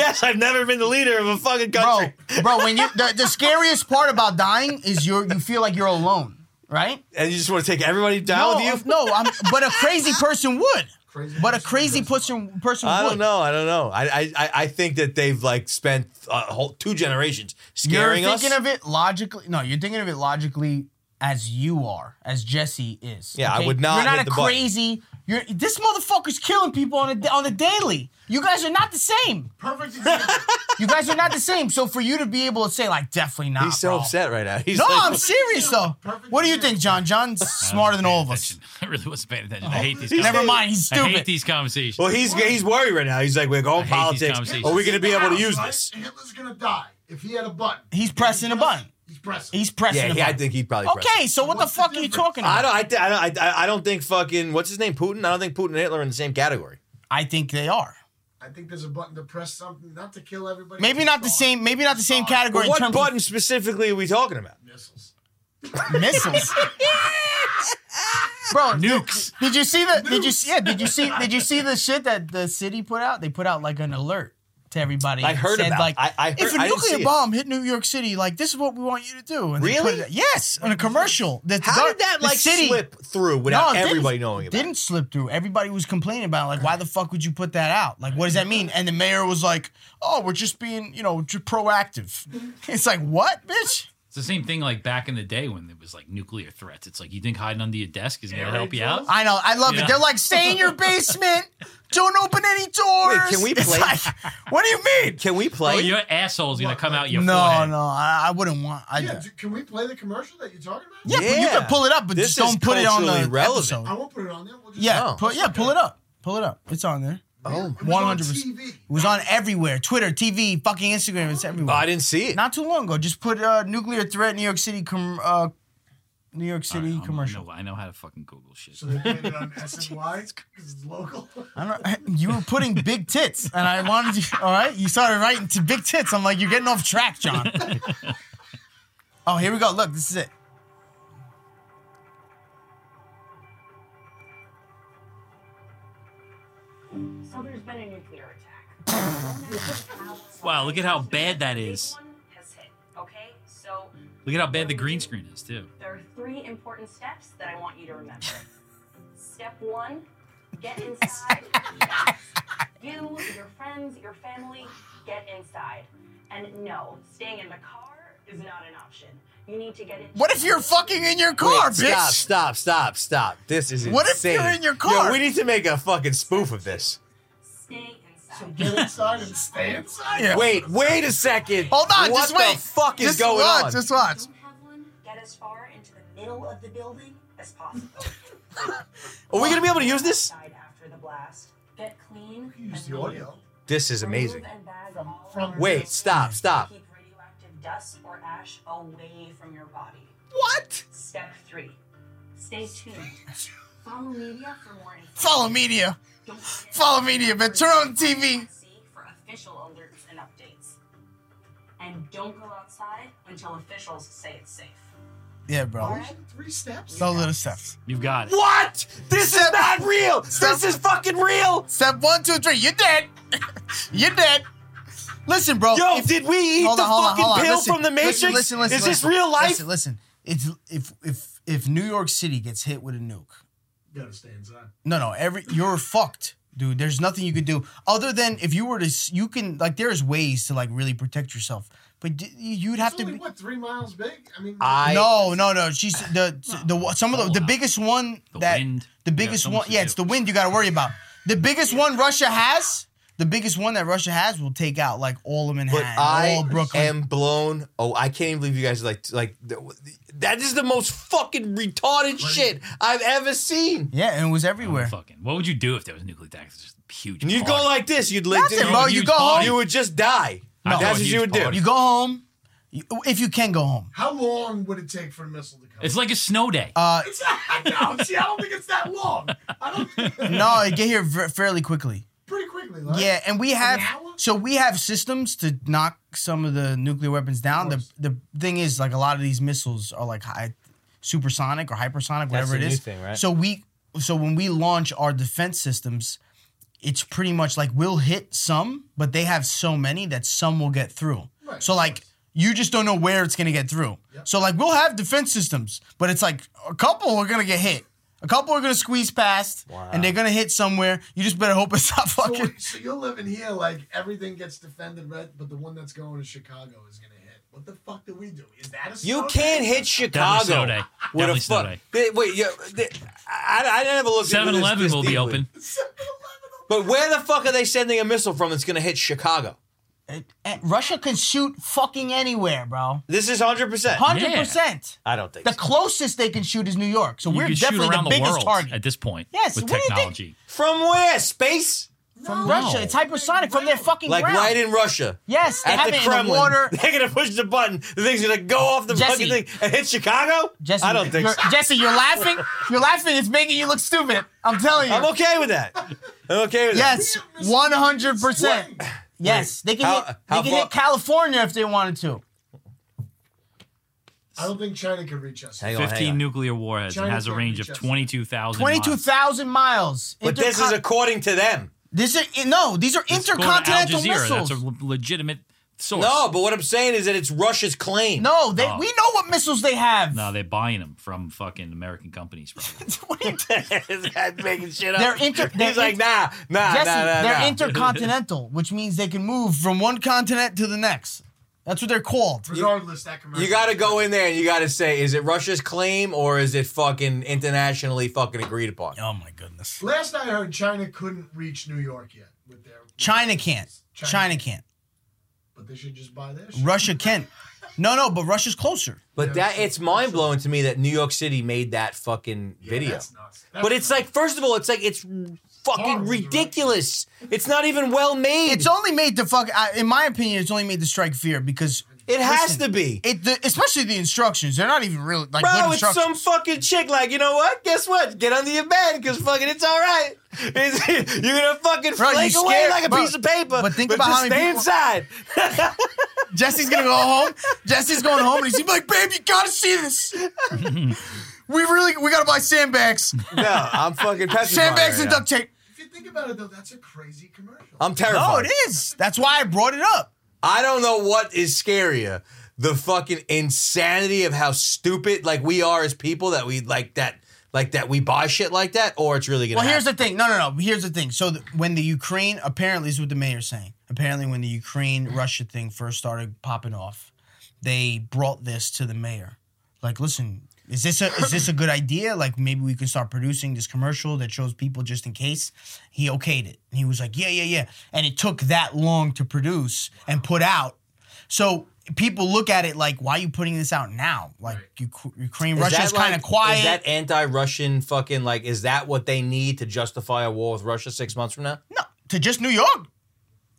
Speaker 1: Yes, I've never been the leader of a fucking
Speaker 3: bro,
Speaker 1: country.
Speaker 3: bro. When you the, the scariest part about dying is you you feel like you're alone, right?
Speaker 1: And you just want to take everybody
Speaker 3: no,
Speaker 1: down with
Speaker 3: of-
Speaker 1: you?
Speaker 3: no. I'm, but a crazy person would.
Speaker 2: Crazy
Speaker 3: but a
Speaker 2: person
Speaker 3: crazy
Speaker 2: does.
Speaker 3: person person
Speaker 1: I
Speaker 3: would.
Speaker 1: don't know. I don't know. I I, I- I think that they've like spent a whole two generations
Speaker 3: You're
Speaker 1: scaring
Speaker 3: thinking
Speaker 1: us.
Speaker 3: of it logically. No, you're thinking of it logically as you are, as Jesse is.
Speaker 1: Yeah, I would not
Speaker 3: You're not
Speaker 1: hit
Speaker 3: a
Speaker 1: the button.
Speaker 3: crazy. You're this motherfucker's killing people on a on the daily. You guys are not the same.
Speaker 2: Perfect example.
Speaker 3: You guys are not the same. So for you to be able to say like, definitely not.
Speaker 1: He's so
Speaker 3: bro.
Speaker 1: upset right now. He's
Speaker 3: No,
Speaker 1: like,
Speaker 3: I'm serious though.
Speaker 2: Perfect
Speaker 3: What do you
Speaker 2: example.
Speaker 3: think, John? John's smarter than all of us.
Speaker 4: I really wasn't paying attention. I hate these.
Speaker 3: Never
Speaker 4: conversations.
Speaker 3: mind. He's
Speaker 4: I hate
Speaker 3: stupid.
Speaker 4: these conversations.
Speaker 1: well, he's he's worried right now. He's like, we're going
Speaker 4: I hate these
Speaker 1: politics.
Speaker 4: conversations.
Speaker 1: Are we going to be able to
Speaker 2: Hitler's
Speaker 1: use
Speaker 2: right,
Speaker 1: this?
Speaker 2: Hitler's gonna die if he had a button.
Speaker 3: He's
Speaker 2: If he
Speaker 3: pressing a
Speaker 2: does,
Speaker 3: button.
Speaker 2: He's pressing.
Speaker 3: He's pressing.
Speaker 1: Yeah,
Speaker 3: the
Speaker 1: yeah I
Speaker 3: button.
Speaker 1: think he'd probably. press it.
Speaker 3: Okay, so what
Speaker 2: What's
Speaker 3: the
Speaker 2: the
Speaker 3: fuck are you
Speaker 2: difference?
Speaker 3: talking about?
Speaker 1: I don't. I, th- I don't. I, I don't think fucking what's his name Putin. I don't think Putin and Hitler are in the same category.
Speaker 3: I think they are.
Speaker 2: I think there's a button to press something, not to kill everybody.
Speaker 3: Maybe
Speaker 2: but
Speaker 3: not the
Speaker 2: to
Speaker 3: same. Maybe not the same category.
Speaker 1: But
Speaker 3: in
Speaker 1: what
Speaker 3: terms
Speaker 1: button specifically are we talking about?
Speaker 2: stop Missiles.
Speaker 3: Of missiles, bro.
Speaker 4: Nukes.
Speaker 3: Did you see the? Did you see? Yeah. Did you see? Did you see the shit that the city put out? They put out like an alert to everybody.
Speaker 1: I
Speaker 3: It
Speaker 1: heard
Speaker 3: said,
Speaker 1: about it.
Speaker 3: Like,
Speaker 1: I- I heard-
Speaker 3: if a
Speaker 1: I didn't see
Speaker 3: nuclear
Speaker 1: it.
Speaker 3: bomb hit New York City, like this is what we want you to do. And they put
Speaker 1: Really?
Speaker 3: it- yes, in a commercial. The
Speaker 1: How
Speaker 3: gov-
Speaker 1: did that
Speaker 3: the
Speaker 1: like
Speaker 3: city,
Speaker 1: slip through without
Speaker 3: it didn't-
Speaker 1: everybody knowing about?
Speaker 3: Didn't slip through. Everybody was complaining about it. like why the fuck would you put that out? Like what does that mean? And the mayor was like, "Oh, we're just being, you know, j- proactive." It's like, "What, bitch?"
Speaker 4: It's the same thing like back in the day when there was like nuclear threats. It's like you think hiding under your desk is going to
Speaker 2: Air
Speaker 4: help
Speaker 2: raid
Speaker 4: you out.
Speaker 2: drills?
Speaker 3: I know. I love
Speaker 4: Yeah.
Speaker 3: it. They're like, "Stay in your basement. Don't open any doors."
Speaker 1: Wait, can we
Speaker 3: It's
Speaker 1: play-
Speaker 3: like, what do you mean?
Speaker 1: it? Can we play?
Speaker 4: Oh, your asshole's going to
Speaker 2: What?
Speaker 4: come out your
Speaker 3: No,
Speaker 4: forehead.
Speaker 3: no. I, I wouldn't want I
Speaker 2: Yeah,
Speaker 3: Yeah,
Speaker 2: d- can we play the commercial that you're talking about?
Speaker 3: but you
Speaker 1: Yeah.
Speaker 3: can pull it up, but
Speaker 1: This
Speaker 3: just
Speaker 1: is
Speaker 3: don't put it on
Speaker 1: culturally
Speaker 3: the
Speaker 1: relevant. Oh.
Speaker 2: I
Speaker 3: episode.
Speaker 2: won't put it on there. We'll just
Speaker 3: Yeah,
Speaker 1: No.
Speaker 3: pull, yeah, pull it up. Pull it up. It's on there.
Speaker 1: oh,
Speaker 2: It was on
Speaker 3: 100%.
Speaker 2: TV.
Speaker 3: It was on everywhere. Twitter, TV, fucking Instagram, it's everywhere.
Speaker 1: Oh, I didn't see it.
Speaker 3: not too long ago. Just put uh, nuclear threat New York City com- uh, New York
Speaker 4: All right,
Speaker 3: City
Speaker 4: I'm-
Speaker 3: commercial.
Speaker 4: I know, I know how to fucking Google shit.
Speaker 2: So they played it on SNY because it's local.
Speaker 3: I don't, you were putting big tits, and I wanted you. All right, you started writing to big tits. I'm like, you're getting off track, John. oh, here we go. Look, this is it.
Speaker 6: So there's been a nuclear attack.
Speaker 4: Wow, look at how bad that is.
Speaker 6: Big one has hit, Okay, so
Speaker 4: Look at how bad the green screen is too.
Speaker 6: there are three important steps that I want you to remember. Step one, get inside. you, your friends, your family, get inside. And no, staying in the car is not an option. You need to get in.
Speaker 3: What if you're fucking in your
Speaker 1: Wait,
Speaker 3: car, bitch?
Speaker 1: stop! Stop! Stop! Stop! This is insane.
Speaker 3: What if you're in your car?
Speaker 1: Yo, we need to make a fucking spoof of this.
Speaker 6: Stay inside.
Speaker 2: So get inside and stay inside.
Speaker 3: Yeah.
Speaker 1: Wait! Wait a second!
Speaker 3: Hold on,
Speaker 1: What
Speaker 3: just wait.
Speaker 1: the fuck is
Speaker 3: just
Speaker 1: going
Speaker 3: watch,
Speaker 1: on?
Speaker 3: Just watch.
Speaker 6: Don't have one. Get as far into the middle of the building as possible.
Speaker 1: Are we gonna be able to use this?
Speaker 6: Outside After the blast, get clean.
Speaker 2: You can Use
Speaker 6: and
Speaker 2: the audio.
Speaker 6: leave.
Speaker 1: This is amazing.
Speaker 6: Remove and bag
Speaker 2: From-
Speaker 6: all
Speaker 2: from-
Speaker 6: other
Speaker 1: Wait! Stop! Stop!
Speaker 6: Keep radioactive dust or ash away from your body.
Speaker 1: What?
Speaker 6: Step three. Stay tuned. Follow media for more information.
Speaker 3: Follow media.
Speaker 6: Don't forget
Speaker 3: follow
Speaker 6: to
Speaker 3: media, but turn
Speaker 6: subscribe
Speaker 3: on
Speaker 6: to
Speaker 3: TV.
Speaker 6: FCC For official alerts and updates. And don't go outside until officials say it's safe.
Speaker 3: Yeah, bro.
Speaker 2: Those are Three steps.
Speaker 3: So little steps.
Speaker 4: You've got it.
Speaker 1: What? This is not real. This is fucking real.
Speaker 3: Step one, two, three. You're dead. you're dead. Listen, bro.
Speaker 1: Yo,
Speaker 3: if-
Speaker 1: did we eat
Speaker 3: Hold
Speaker 1: the
Speaker 3: on, hold on,
Speaker 1: fucking
Speaker 3: hold on.
Speaker 1: pill
Speaker 3: Listen,
Speaker 1: from the Matrix?
Speaker 3: Listen, listen, listen,
Speaker 1: is this
Speaker 3: listen.
Speaker 1: real life?
Speaker 3: Listen, listen. It's if if if New York City gets hit with a nuke.
Speaker 2: You gotta stay inside.
Speaker 3: No, no. Every you're fucked, dude. There's nothing you could do other than if you were to. s- You can like there's ways to like really protect yourself, but d- you'd have
Speaker 2: It's
Speaker 3: to.
Speaker 2: only
Speaker 3: Be,
Speaker 2: what three miles big? I mean,
Speaker 1: I-
Speaker 3: no, no, no. She's the the one- some of the the
Speaker 4: Fallout.
Speaker 3: biggest one
Speaker 4: The
Speaker 3: that
Speaker 4: wind.
Speaker 3: the
Speaker 4: You got
Speaker 3: biggest
Speaker 4: so
Speaker 3: one.
Speaker 4: much to
Speaker 3: Yeah, it's
Speaker 4: do.
Speaker 3: the wind you got to worry about. The biggest one Russia has. The biggest one that Russia has will take out like all of
Speaker 1: But
Speaker 3: Manhattan, all
Speaker 1: I
Speaker 3: of Brooklyn.
Speaker 1: am blown. Oh, I can't even believe you guys are like like that is the most fucking retarded shit I've ever seen.
Speaker 3: yeah, and it was everywhere.
Speaker 4: Fucking. What would you do if there was a nuclear attack? It's just a huge.
Speaker 1: You'd go
Speaker 4: party.
Speaker 1: like this. You'd like
Speaker 3: Nothing, bro.
Speaker 4: you
Speaker 3: You
Speaker 4: use
Speaker 3: go home.
Speaker 4: body-
Speaker 1: You would just die.
Speaker 4: No.
Speaker 1: That's what you would do.
Speaker 3: You go home, you- if you can go home.
Speaker 2: how long would it take for a missile to come?
Speaker 4: It's like a snow day.
Speaker 3: Uh,
Speaker 2: It's not, no, see, I don't think it's that long. I don't think
Speaker 3: no, it get here ver- fairly quickly.
Speaker 2: pretty quickly. Right?
Speaker 3: Yeah, and we have
Speaker 2: hour?
Speaker 3: so we have systems to knock some of the nuclear weapons down. The
Speaker 2: course.
Speaker 3: the thing is, like a lot of these missiles are like high, supersonic or hypersonic, whatever
Speaker 1: the
Speaker 3: it
Speaker 1: new
Speaker 3: is.
Speaker 1: thing, right?
Speaker 3: So we so when we launch our defense systems, it's pretty much like we'll hit some, but they have so many that some will get through.
Speaker 2: Right,
Speaker 3: so
Speaker 2: of
Speaker 3: like you just don't know where it's gonna get through. So like we'll have defense systems, but it's like a couple are gonna get hit. A couple are gonna squeeze past, and they're gonna hit somewhere. You just better hope it's not
Speaker 2: So,
Speaker 3: fucking.
Speaker 2: so you're living here like everything gets defended, right? But the one that's going to Chicago is gonna hit. What the fuck do we do? Is that a
Speaker 1: You
Speaker 2: snow
Speaker 1: can't
Speaker 2: day?
Speaker 1: hit
Speaker 4: snow
Speaker 1: Chicago
Speaker 4: day.
Speaker 1: with
Speaker 4: Deadly
Speaker 1: a
Speaker 4: snow
Speaker 1: fuck.
Speaker 4: day.
Speaker 1: They- Wait, yeah, they- I, I never looked. into this-
Speaker 4: 7 Eleven
Speaker 1: this
Speaker 4: will be
Speaker 1: deeply.
Speaker 4: open.
Speaker 2: 7-Eleven.
Speaker 1: But where the fuck are they sending a missile from that's going to hit Chicago?
Speaker 3: Uh, uh, Russia could shoot fucking anywhere, bro.
Speaker 1: This is hundred percent.
Speaker 3: Hundred percent.
Speaker 1: I don't think
Speaker 3: The
Speaker 1: so.
Speaker 3: closest they can shoot is New York, so
Speaker 4: You
Speaker 3: we're
Speaker 4: could shoot
Speaker 3: definitely
Speaker 4: around
Speaker 3: the biggest
Speaker 4: world
Speaker 3: target.
Speaker 4: at this point
Speaker 3: Yes,
Speaker 4: with
Speaker 3: what do you think?
Speaker 4: technology.
Speaker 1: from where? Space?
Speaker 3: from
Speaker 4: No.
Speaker 3: Russia. It's hypersonic from their fucking
Speaker 1: Like
Speaker 3: ground.
Speaker 1: right in Russia.
Speaker 3: yes, they
Speaker 1: At
Speaker 3: have
Speaker 1: the
Speaker 3: it
Speaker 1: Kremlin,
Speaker 3: in the water.
Speaker 1: they're gonna push the button. The thing's gonna go off the
Speaker 3: Jesse.
Speaker 1: fucking thing and hit Chicago.
Speaker 3: Jesse,
Speaker 1: I don't think
Speaker 3: you're-
Speaker 1: so.
Speaker 3: Jesse, you're laughing. You're laughing. It's making you look stupid. I'm telling you.
Speaker 1: I'm okay with that. I'm okay with
Speaker 3: Yes, one hundred percent.
Speaker 2: Wait,
Speaker 3: Yes, they can
Speaker 1: how-
Speaker 3: hit.
Speaker 1: how
Speaker 3: they can
Speaker 1: far-
Speaker 3: hit California if they wanted to.
Speaker 2: I don't think China can reach us.
Speaker 1: that. Hang on, hang
Speaker 4: 15
Speaker 3: uh,
Speaker 1: on.
Speaker 4: nuclear warheads and
Speaker 2: China
Speaker 4: has a
Speaker 2: can't
Speaker 4: range of
Speaker 2: reach us.
Speaker 4: 22,000
Speaker 3: Twenty-two
Speaker 4: miles.
Speaker 3: thousand miles.
Speaker 1: But this is
Speaker 3: Intercon-
Speaker 1: according to them.
Speaker 3: This is no. These are
Speaker 4: It's going to
Speaker 3: intercontinental
Speaker 4: Al Jazeera.
Speaker 3: missiles.
Speaker 4: That's a le- legitimate source.
Speaker 1: No, but what I'm saying is that it's Russia's claim.
Speaker 3: no, they.
Speaker 4: Oh.
Speaker 3: We know what missiles they have.
Speaker 4: No, they're buying them from fucking American companies. Probably.
Speaker 3: What do you-
Speaker 1: This guy's making shit up.
Speaker 3: They're inter- they're
Speaker 1: He's like,
Speaker 3: inter-
Speaker 1: nah, nah,
Speaker 3: Jesse,
Speaker 1: nah, nah,
Speaker 3: they're
Speaker 1: nah.
Speaker 3: intercontinental, which means they can move from one continent to the next. That's what they're called.
Speaker 2: Regardless, that commercial.
Speaker 1: you got to go in there and you got to say, is it Russia's claim or is it fucking internationally fucking agreed upon?
Speaker 3: Oh my goodness.
Speaker 2: Last I heard, China couldn't reach New York yet with their.
Speaker 3: China can't.
Speaker 2: China
Speaker 3: China can't.
Speaker 2: But they should just buy this.
Speaker 3: Russia can. No, no, but Russia's closer.
Speaker 1: But that it's mind blowing to me that New York City made that fucking video.
Speaker 2: That's nuts. That's
Speaker 1: but it's
Speaker 2: nuts.
Speaker 1: like, first of all, it's like it's fucking
Speaker 2: Horrible, right?
Speaker 1: ridiculous. It's not even well made.
Speaker 3: It's only made to fuck. I- In my opinion, it's only made to strike fear because
Speaker 1: it has
Speaker 3: Listen,
Speaker 1: to be.
Speaker 3: it, the, especially the instructions. They're not even real like good
Speaker 1: Bro, it's
Speaker 3: instructions.
Speaker 1: some fucking chick. Like, you know what? Guess what? Get under your bed because fucking it's all right. It's- you're gonna fucking
Speaker 3: Bro, you
Speaker 1: flake away
Speaker 3: scared-
Speaker 1: like a
Speaker 3: bro,
Speaker 1: piece of paper.
Speaker 3: but think about how
Speaker 1: just
Speaker 3: many
Speaker 1: stay
Speaker 3: people-
Speaker 1: inside.
Speaker 3: Jesse's gonna go home. Jesse's going home, and he's gonna be like, "Babe, you gotta see this. we really we gotta buy sandbags,
Speaker 1: no, I'm fucking petrified.
Speaker 3: sandbags
Speaker 1: right
Speaker 3: and
Speaker 1: now.
Speaker 3: duct tape."
Speaker 2: If you think about it, though, that's a crazy commercial.
Speaker 1: I'm terrified.
Speaker 3: No, it is. That's why I brought it up.
Speaker 1: I don't know what is scarier. The fucking insanity of how stupid like we are as people that we like that like that we buy shit like that, or it's really gonna.
Speaker 3: Well, here's
Speaker 1: happen.
Speaker 3: the thing. No, no, no. Here's the thing. So th- when the Ukraine, apparently, this is what the mayor's saying. Apparently, when the Ukraine Russia thing first started popping off, they brought this to the mayor. Like, listen, is this a is this a good idea? Like, maybe we can start producing this commercial that shows people just in case. He okayed it. And he was like, yeah, yeah, yeah. And it took that long to produce and put out. So. People look at it like, why are you putting this out now? Like, Uk- Ukraine,
Speaker 1: Is
Speaker 3: Russia's
Speaker 1: that, like-
Speaker 3: kind of quiet.
Speaker 1: Is that anti-Russian fucking like? Is that what they need to justify a war with Russia six months from now?
Speaker 3: No, to just New York.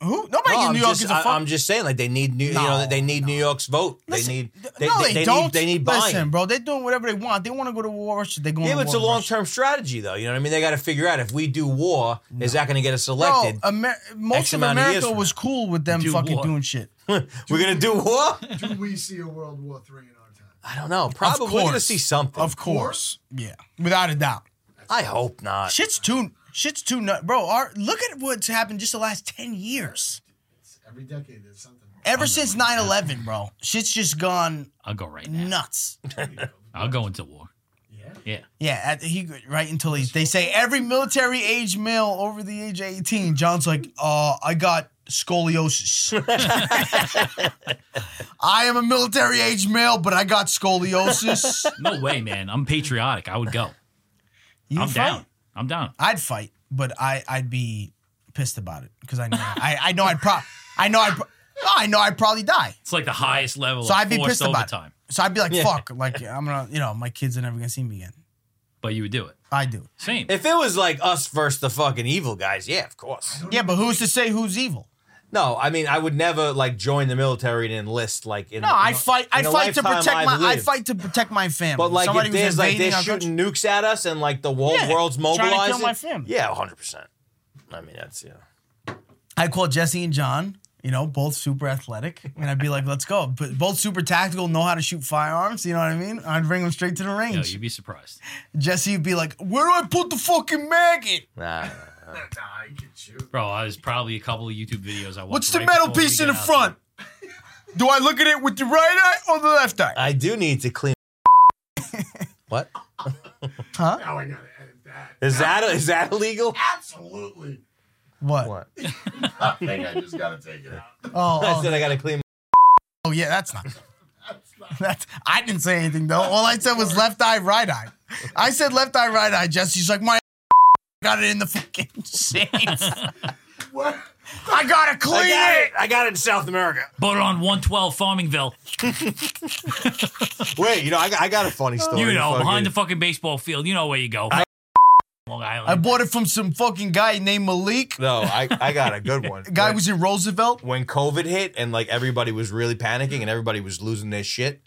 Speaker 3: Who? Nobody
Speaker 1: No,
Speaker 3: in
Speaker 1: I'm,
Speaker 3: New York
Speaker 1: just,
Speaker 3: gives a
Speaker 1: I,
Speaker 3: fuck.
Speaker 1: am just saying, like they need New, you know,
Speaker 3: No,
Speaker 1: they need New York's vote.
Speaker 3: Listen,
Speaker 1: they need,
Speaker 3: th-
Speaker 1: they,
Speaker 3: no,
Speaker 1: they,
Speaker 3: they,
Speaker 1: they
Speaker 3: don't.
Speaker 1: Need, they need buying.
Speaker 3: Listen, bro, they're doing whatever they want. They want to go to war. with Russia. They're going.
Speaker 1: yeah,
Speaker 3: to
Speaker 1: but it's a
Speaker 3: war with Russia.
Speaker 1: long-term strategy, though. You know what I mean? They got to figure out if we do war, is that going to get us
Speaker 3: Bro,
Speaker 1: elected?
Speaker 3: Amer- most
Speaker 1: X
Speaker 3: of
Speaker 1: amount of years
Speaker 3: America
Speaker 1: from
Speaker 3: was cool with them
Speaker 4: Do
Speaker 3: fucking
Speaker 4: war.
Speaker 3: doing shit.
Speaker 1: We're going to do war?
Speaker 2: do we see a World War Three in our time?
Speaker 1: I don't know. Probably
Speaker 3: Of
Speaker 1: we're going to
Speaker 3: course.
Speaker 1: see something.
Speaker 3: Of course, yeah, without a doubt.
Speaker 1: I hope not.
Speaker 3: Shit's too. Shit's too nut, bro. Our, look at what's happened just the last ten years.
Speaker 2: Every decade, there's something.
Speaker 1: Eh.
Speaker 3: Ever since 9-11, bro, shit's just gone
Speaker 4: I'll go right now.
Speaker 3: nuts.
Speaker 4: I'll go into war.
Speaker 2: Yeah.
Speaker 4: Yeah.
Speaker 3: Yeah, at, he right until he they say every military age male over the age of eighteen. John's like, uh, I got scoliosis. I am a military age male, but I got scoliosis.
Speaker 4: No way, man. I'm patriotic. I would go.
Speaker 3: You
Speaker 4: I'm
Speaker 3: fight?
Speaker 4: down. I'm down.
Speaker 3: I'd fight, but I I'd be pissed about it because I know I, I know I'd pro I know I would I know I'd probably die.
Speaker 4: It's like the highest level
Speaker 3: So
Speaker 4: of
Speaker 3: I'd be
Speaker 4: forced
Speaker 3: pissed about it.
Speaker 4: overtime.
Speaker 3: So I'd be like,
Speaker 1: Yeah.
Speaker 3: fuck, like I'm gonna you know my kids are never gonna see me again.
Speaker 4: But you would do it.
Speaker 3: I do.
Speaker 4: Same.
Speaker 1: If it was like us versus the fucking evil guys, yeah, of course.
Speaker 3: Yeah, but who's to say who's evil?
Speaker 1: No, I mean, I would never like join the military and enlist like in.
Speaker 3: No,
Speaker 1: the,
Speaker 3: I
Speaker 1: in the-
Speaker 3: fight. I
Speaker 1: in the
Speaker 3: fight to
Speaker 1: lifetime
Speaker 3: protect
Speaker 1: I've
Speaker 3: my. I
Speaker 1: lived.
Speaker 3: fight to protect my family.
Speaker 1: But like,
Speaker 3: Somebody
Speaker 1: if
Speaker 3: was
Speaker 1: there's like
Speaker 3: invading
Speaker 1: they're
Speaker 3: our country-
Speaker 1: shooting nukes at us and like the whole
Speaker 3: Yeah,
Speaker 1: world's
Speaker 3: trying to kill
Speaker 1: mobilizing,
Speaker 3: my family.
Speaker 1: yeah, 100. percent I mean, that's yeah.
Speaker 3: I call Jesse and John. You know, both super athletic, and I'd be like, "Let's go!" But both super tactical, know how to shoot firearms. You know what I mean? I'd bring them straight to the
Speaker 4: Yo,
Speaker 3: range.
Speaker 4: you'd be surprised.
Speaker 3: Jesse would be like, "Where do I put the fucking maggot?
Speaker 1: Nah,
Speaker 2: Nah, you can shoot.
Speaker 4: Bro, I was probably a couple of YouTube videos I watched.
Speaker 3: What's the
Speaker 4: right
Speaker 3: metal
Speaker 4: before we
Speaker 3: piece in the
Speaker 4: got out
Speaker 3: front? Do I look at it with the right eye or the left eye?
Speaker 1: I do need to clean. what
Speaker 3: Huh?
Speaker 2: Now I gotta edit that.
Speaker 1: is that? Is that illegal?
Speaker 2: Absolutely.
Speaker 3: What?
Speaker 1: What?
Speaker 2: I think I just gotta take it out.
Speaker 3: Oh,
Speaker 1: I
Speaker 3: oh,
Speaker 1: said I gotta clean.
Speaker 3: oh, yeah, that's not. That's, I didn't say anything though. All I said was left eye, right eye. I said left eye, right eye. Jesse's like, my got it in the fucking safe.
Speaker 2: What?
Speaker 3: I gotta clean it.
Speaker 1: I got it in South America.
Speaker 4: But on 112 Farmingville,
Speaker 1: Wait, you know, I got, I got a funny story.
Speaker 4: you know,
Speaker 1: Fucking-
Speaker 4: behind the fucking baseball field, you know where you go. Long
Speaker 3: I
Speaker 4: Island.
Speaker 3: bought it from some fucking guy named Malik.
Speaker 1: No, I, I got a good one.
Speaker 3: The guy
Speaker 1: When-
Speaker 3: was in Roosevelt.
Speaker 1: when COVID hit and like everybody was really panicking and everybody was losing their shit.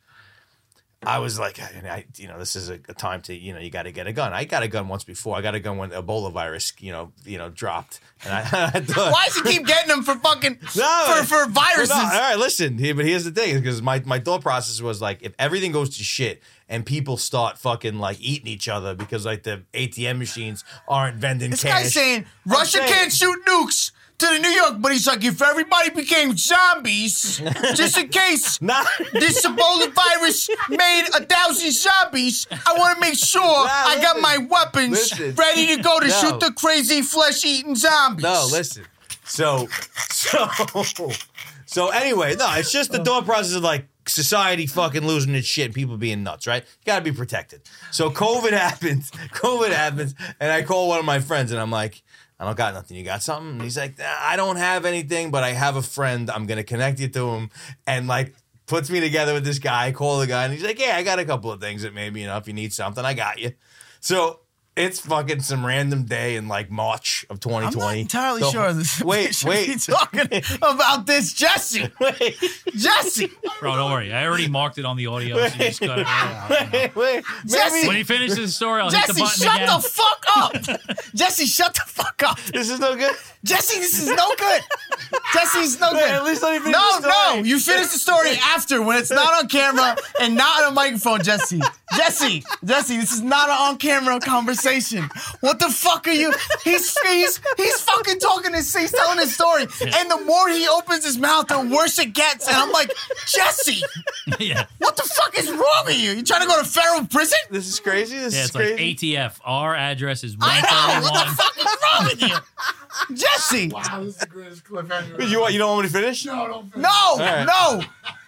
Speaker 1: I was like, I, I- you know, this is a, a time to, you know, you got to get a gun. I got a gun once before. I got a gun when Ebola virus, you know, you know, dropped. And I, I thought,
Speaker 3: Why does he keep getting them for fucking for, for
Speaker 1: Well,
Speaker 3: viruses?
Speaker 1: no, all right, listen. Here, but here's the thing, because my, my thought process was like, if everything goes to shit and people start fucking like eating each other because like the ATM machines aren't vending
Speaker 3: This
Speaker 1: cash.
Speaker 3: guy's saying Russia
Speaker 1: saying-
Speaker 3: can't shoot nukes to the New York, but he's like, if everybody became zombies, just in case
Speaker 1: Nah.
Speaker 3: this Ebola virus made a thousand zombies, I want to make sure I got
Speaker 1: listen.
Speaker 3: my weapons
Speaker 1: Listen.
Speaker 3: ready to go to
Speaker 1: No.
Speaker 3: shoot the crazy flesh-eating zombies.
Speaker 1: No, listen. So, so, so. Anyway, no. It's just the thought process of like society fucking losing its shit and people being nuts, right? You got to be protected. So COVID happens. COVID happens, and I call one of my friends, and I'm like. I don't got nothing. You got something? And he's like, "Nah, I don't have anything, but I have a friend. I'm gonna connect you to him, and like puts me together with this guy. I call the guy, and he's like, Yeah, I got a couple of things that maybe you know if you need something, I got you. So it's fucking some random day in like March of 2020.
Speaker 3: I'm not entirely
Speaker 1: The-
Speaker 3: sure this we
Speaker 1: Wait,
Speaker 3: should be
Speaker 1: wait,
Speaker 3: talking about this Jesse.
Speaker 1: wait,
Speaker 3: Jesse.
Speaker 4: Bro, don't worry. I already marked it on the audio. So you just cut it out.
Speaker 1: wait, wait.
Speaker 3: Jesse.
Speaker 4: When he finishes the story, I'll hit the
Speaker 3: Jesse,
Speaker 4: button
Speaker 3: shut
Speaker 4: again.
Speaker 3: the fuck up. Jesse, shut the fuck up.
Speaker 1: This is no good.
Speaker 3: Jesse, this is no good. Jesse, this is no good.
Speaker 1: at least let me finish
Speaker 3: no,
Speaker 1: the story.
Speaker 3: no, you finish the story after when it's not on camera and not on a microphone, Jesse. Jesse, Jesse, this is not an on-camera conversation. What the fuck are you? He's he's he's fucking talking his he's telling his story, and the more he opens his mouth, the worse it gets. And I'm like, Jesse,
Speaker 4: yeah.
Speaker 3: what the fuck is wrong with you? You trying to go to federal prison?
Speaker 1: This is crazy. This
Speaker 4: Yeah,
Speaker 1: is
Speaker 4: it's like
Speaker 1: crazy.
Speaker 4: ATF. Our address is
Speaker 3: I know. What the fuck is
Speaker 4: 131.
Speaker 3: wrong with you, Jesse?
Speaker 2: Wow, this is the greatest cliffhanger.
Speaker 1: you want? You don't want me to finish?
Speaker 2: No, don't finish.
Speaker 3: No,
Speaker 1: right.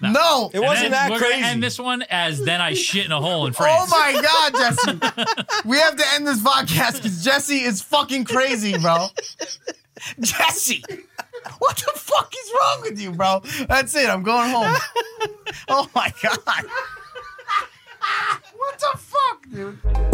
Speaker 3: no, no.
Speaker 1: It wasn't
Speaker 4: And
Speaker 1: that
Speaker 4: we're gonna
Speaker 1: crazy.
Speaker 4: End this one as then I shit in a hole in France.
Speaker 3: Oh my God, Jesse. we have to end this podcast because Jesse is fucking crazy, bro. Jesse, what the fuck is wrong with you, bro? That's it. I'm going home. Oh my God. What the fuck, dude?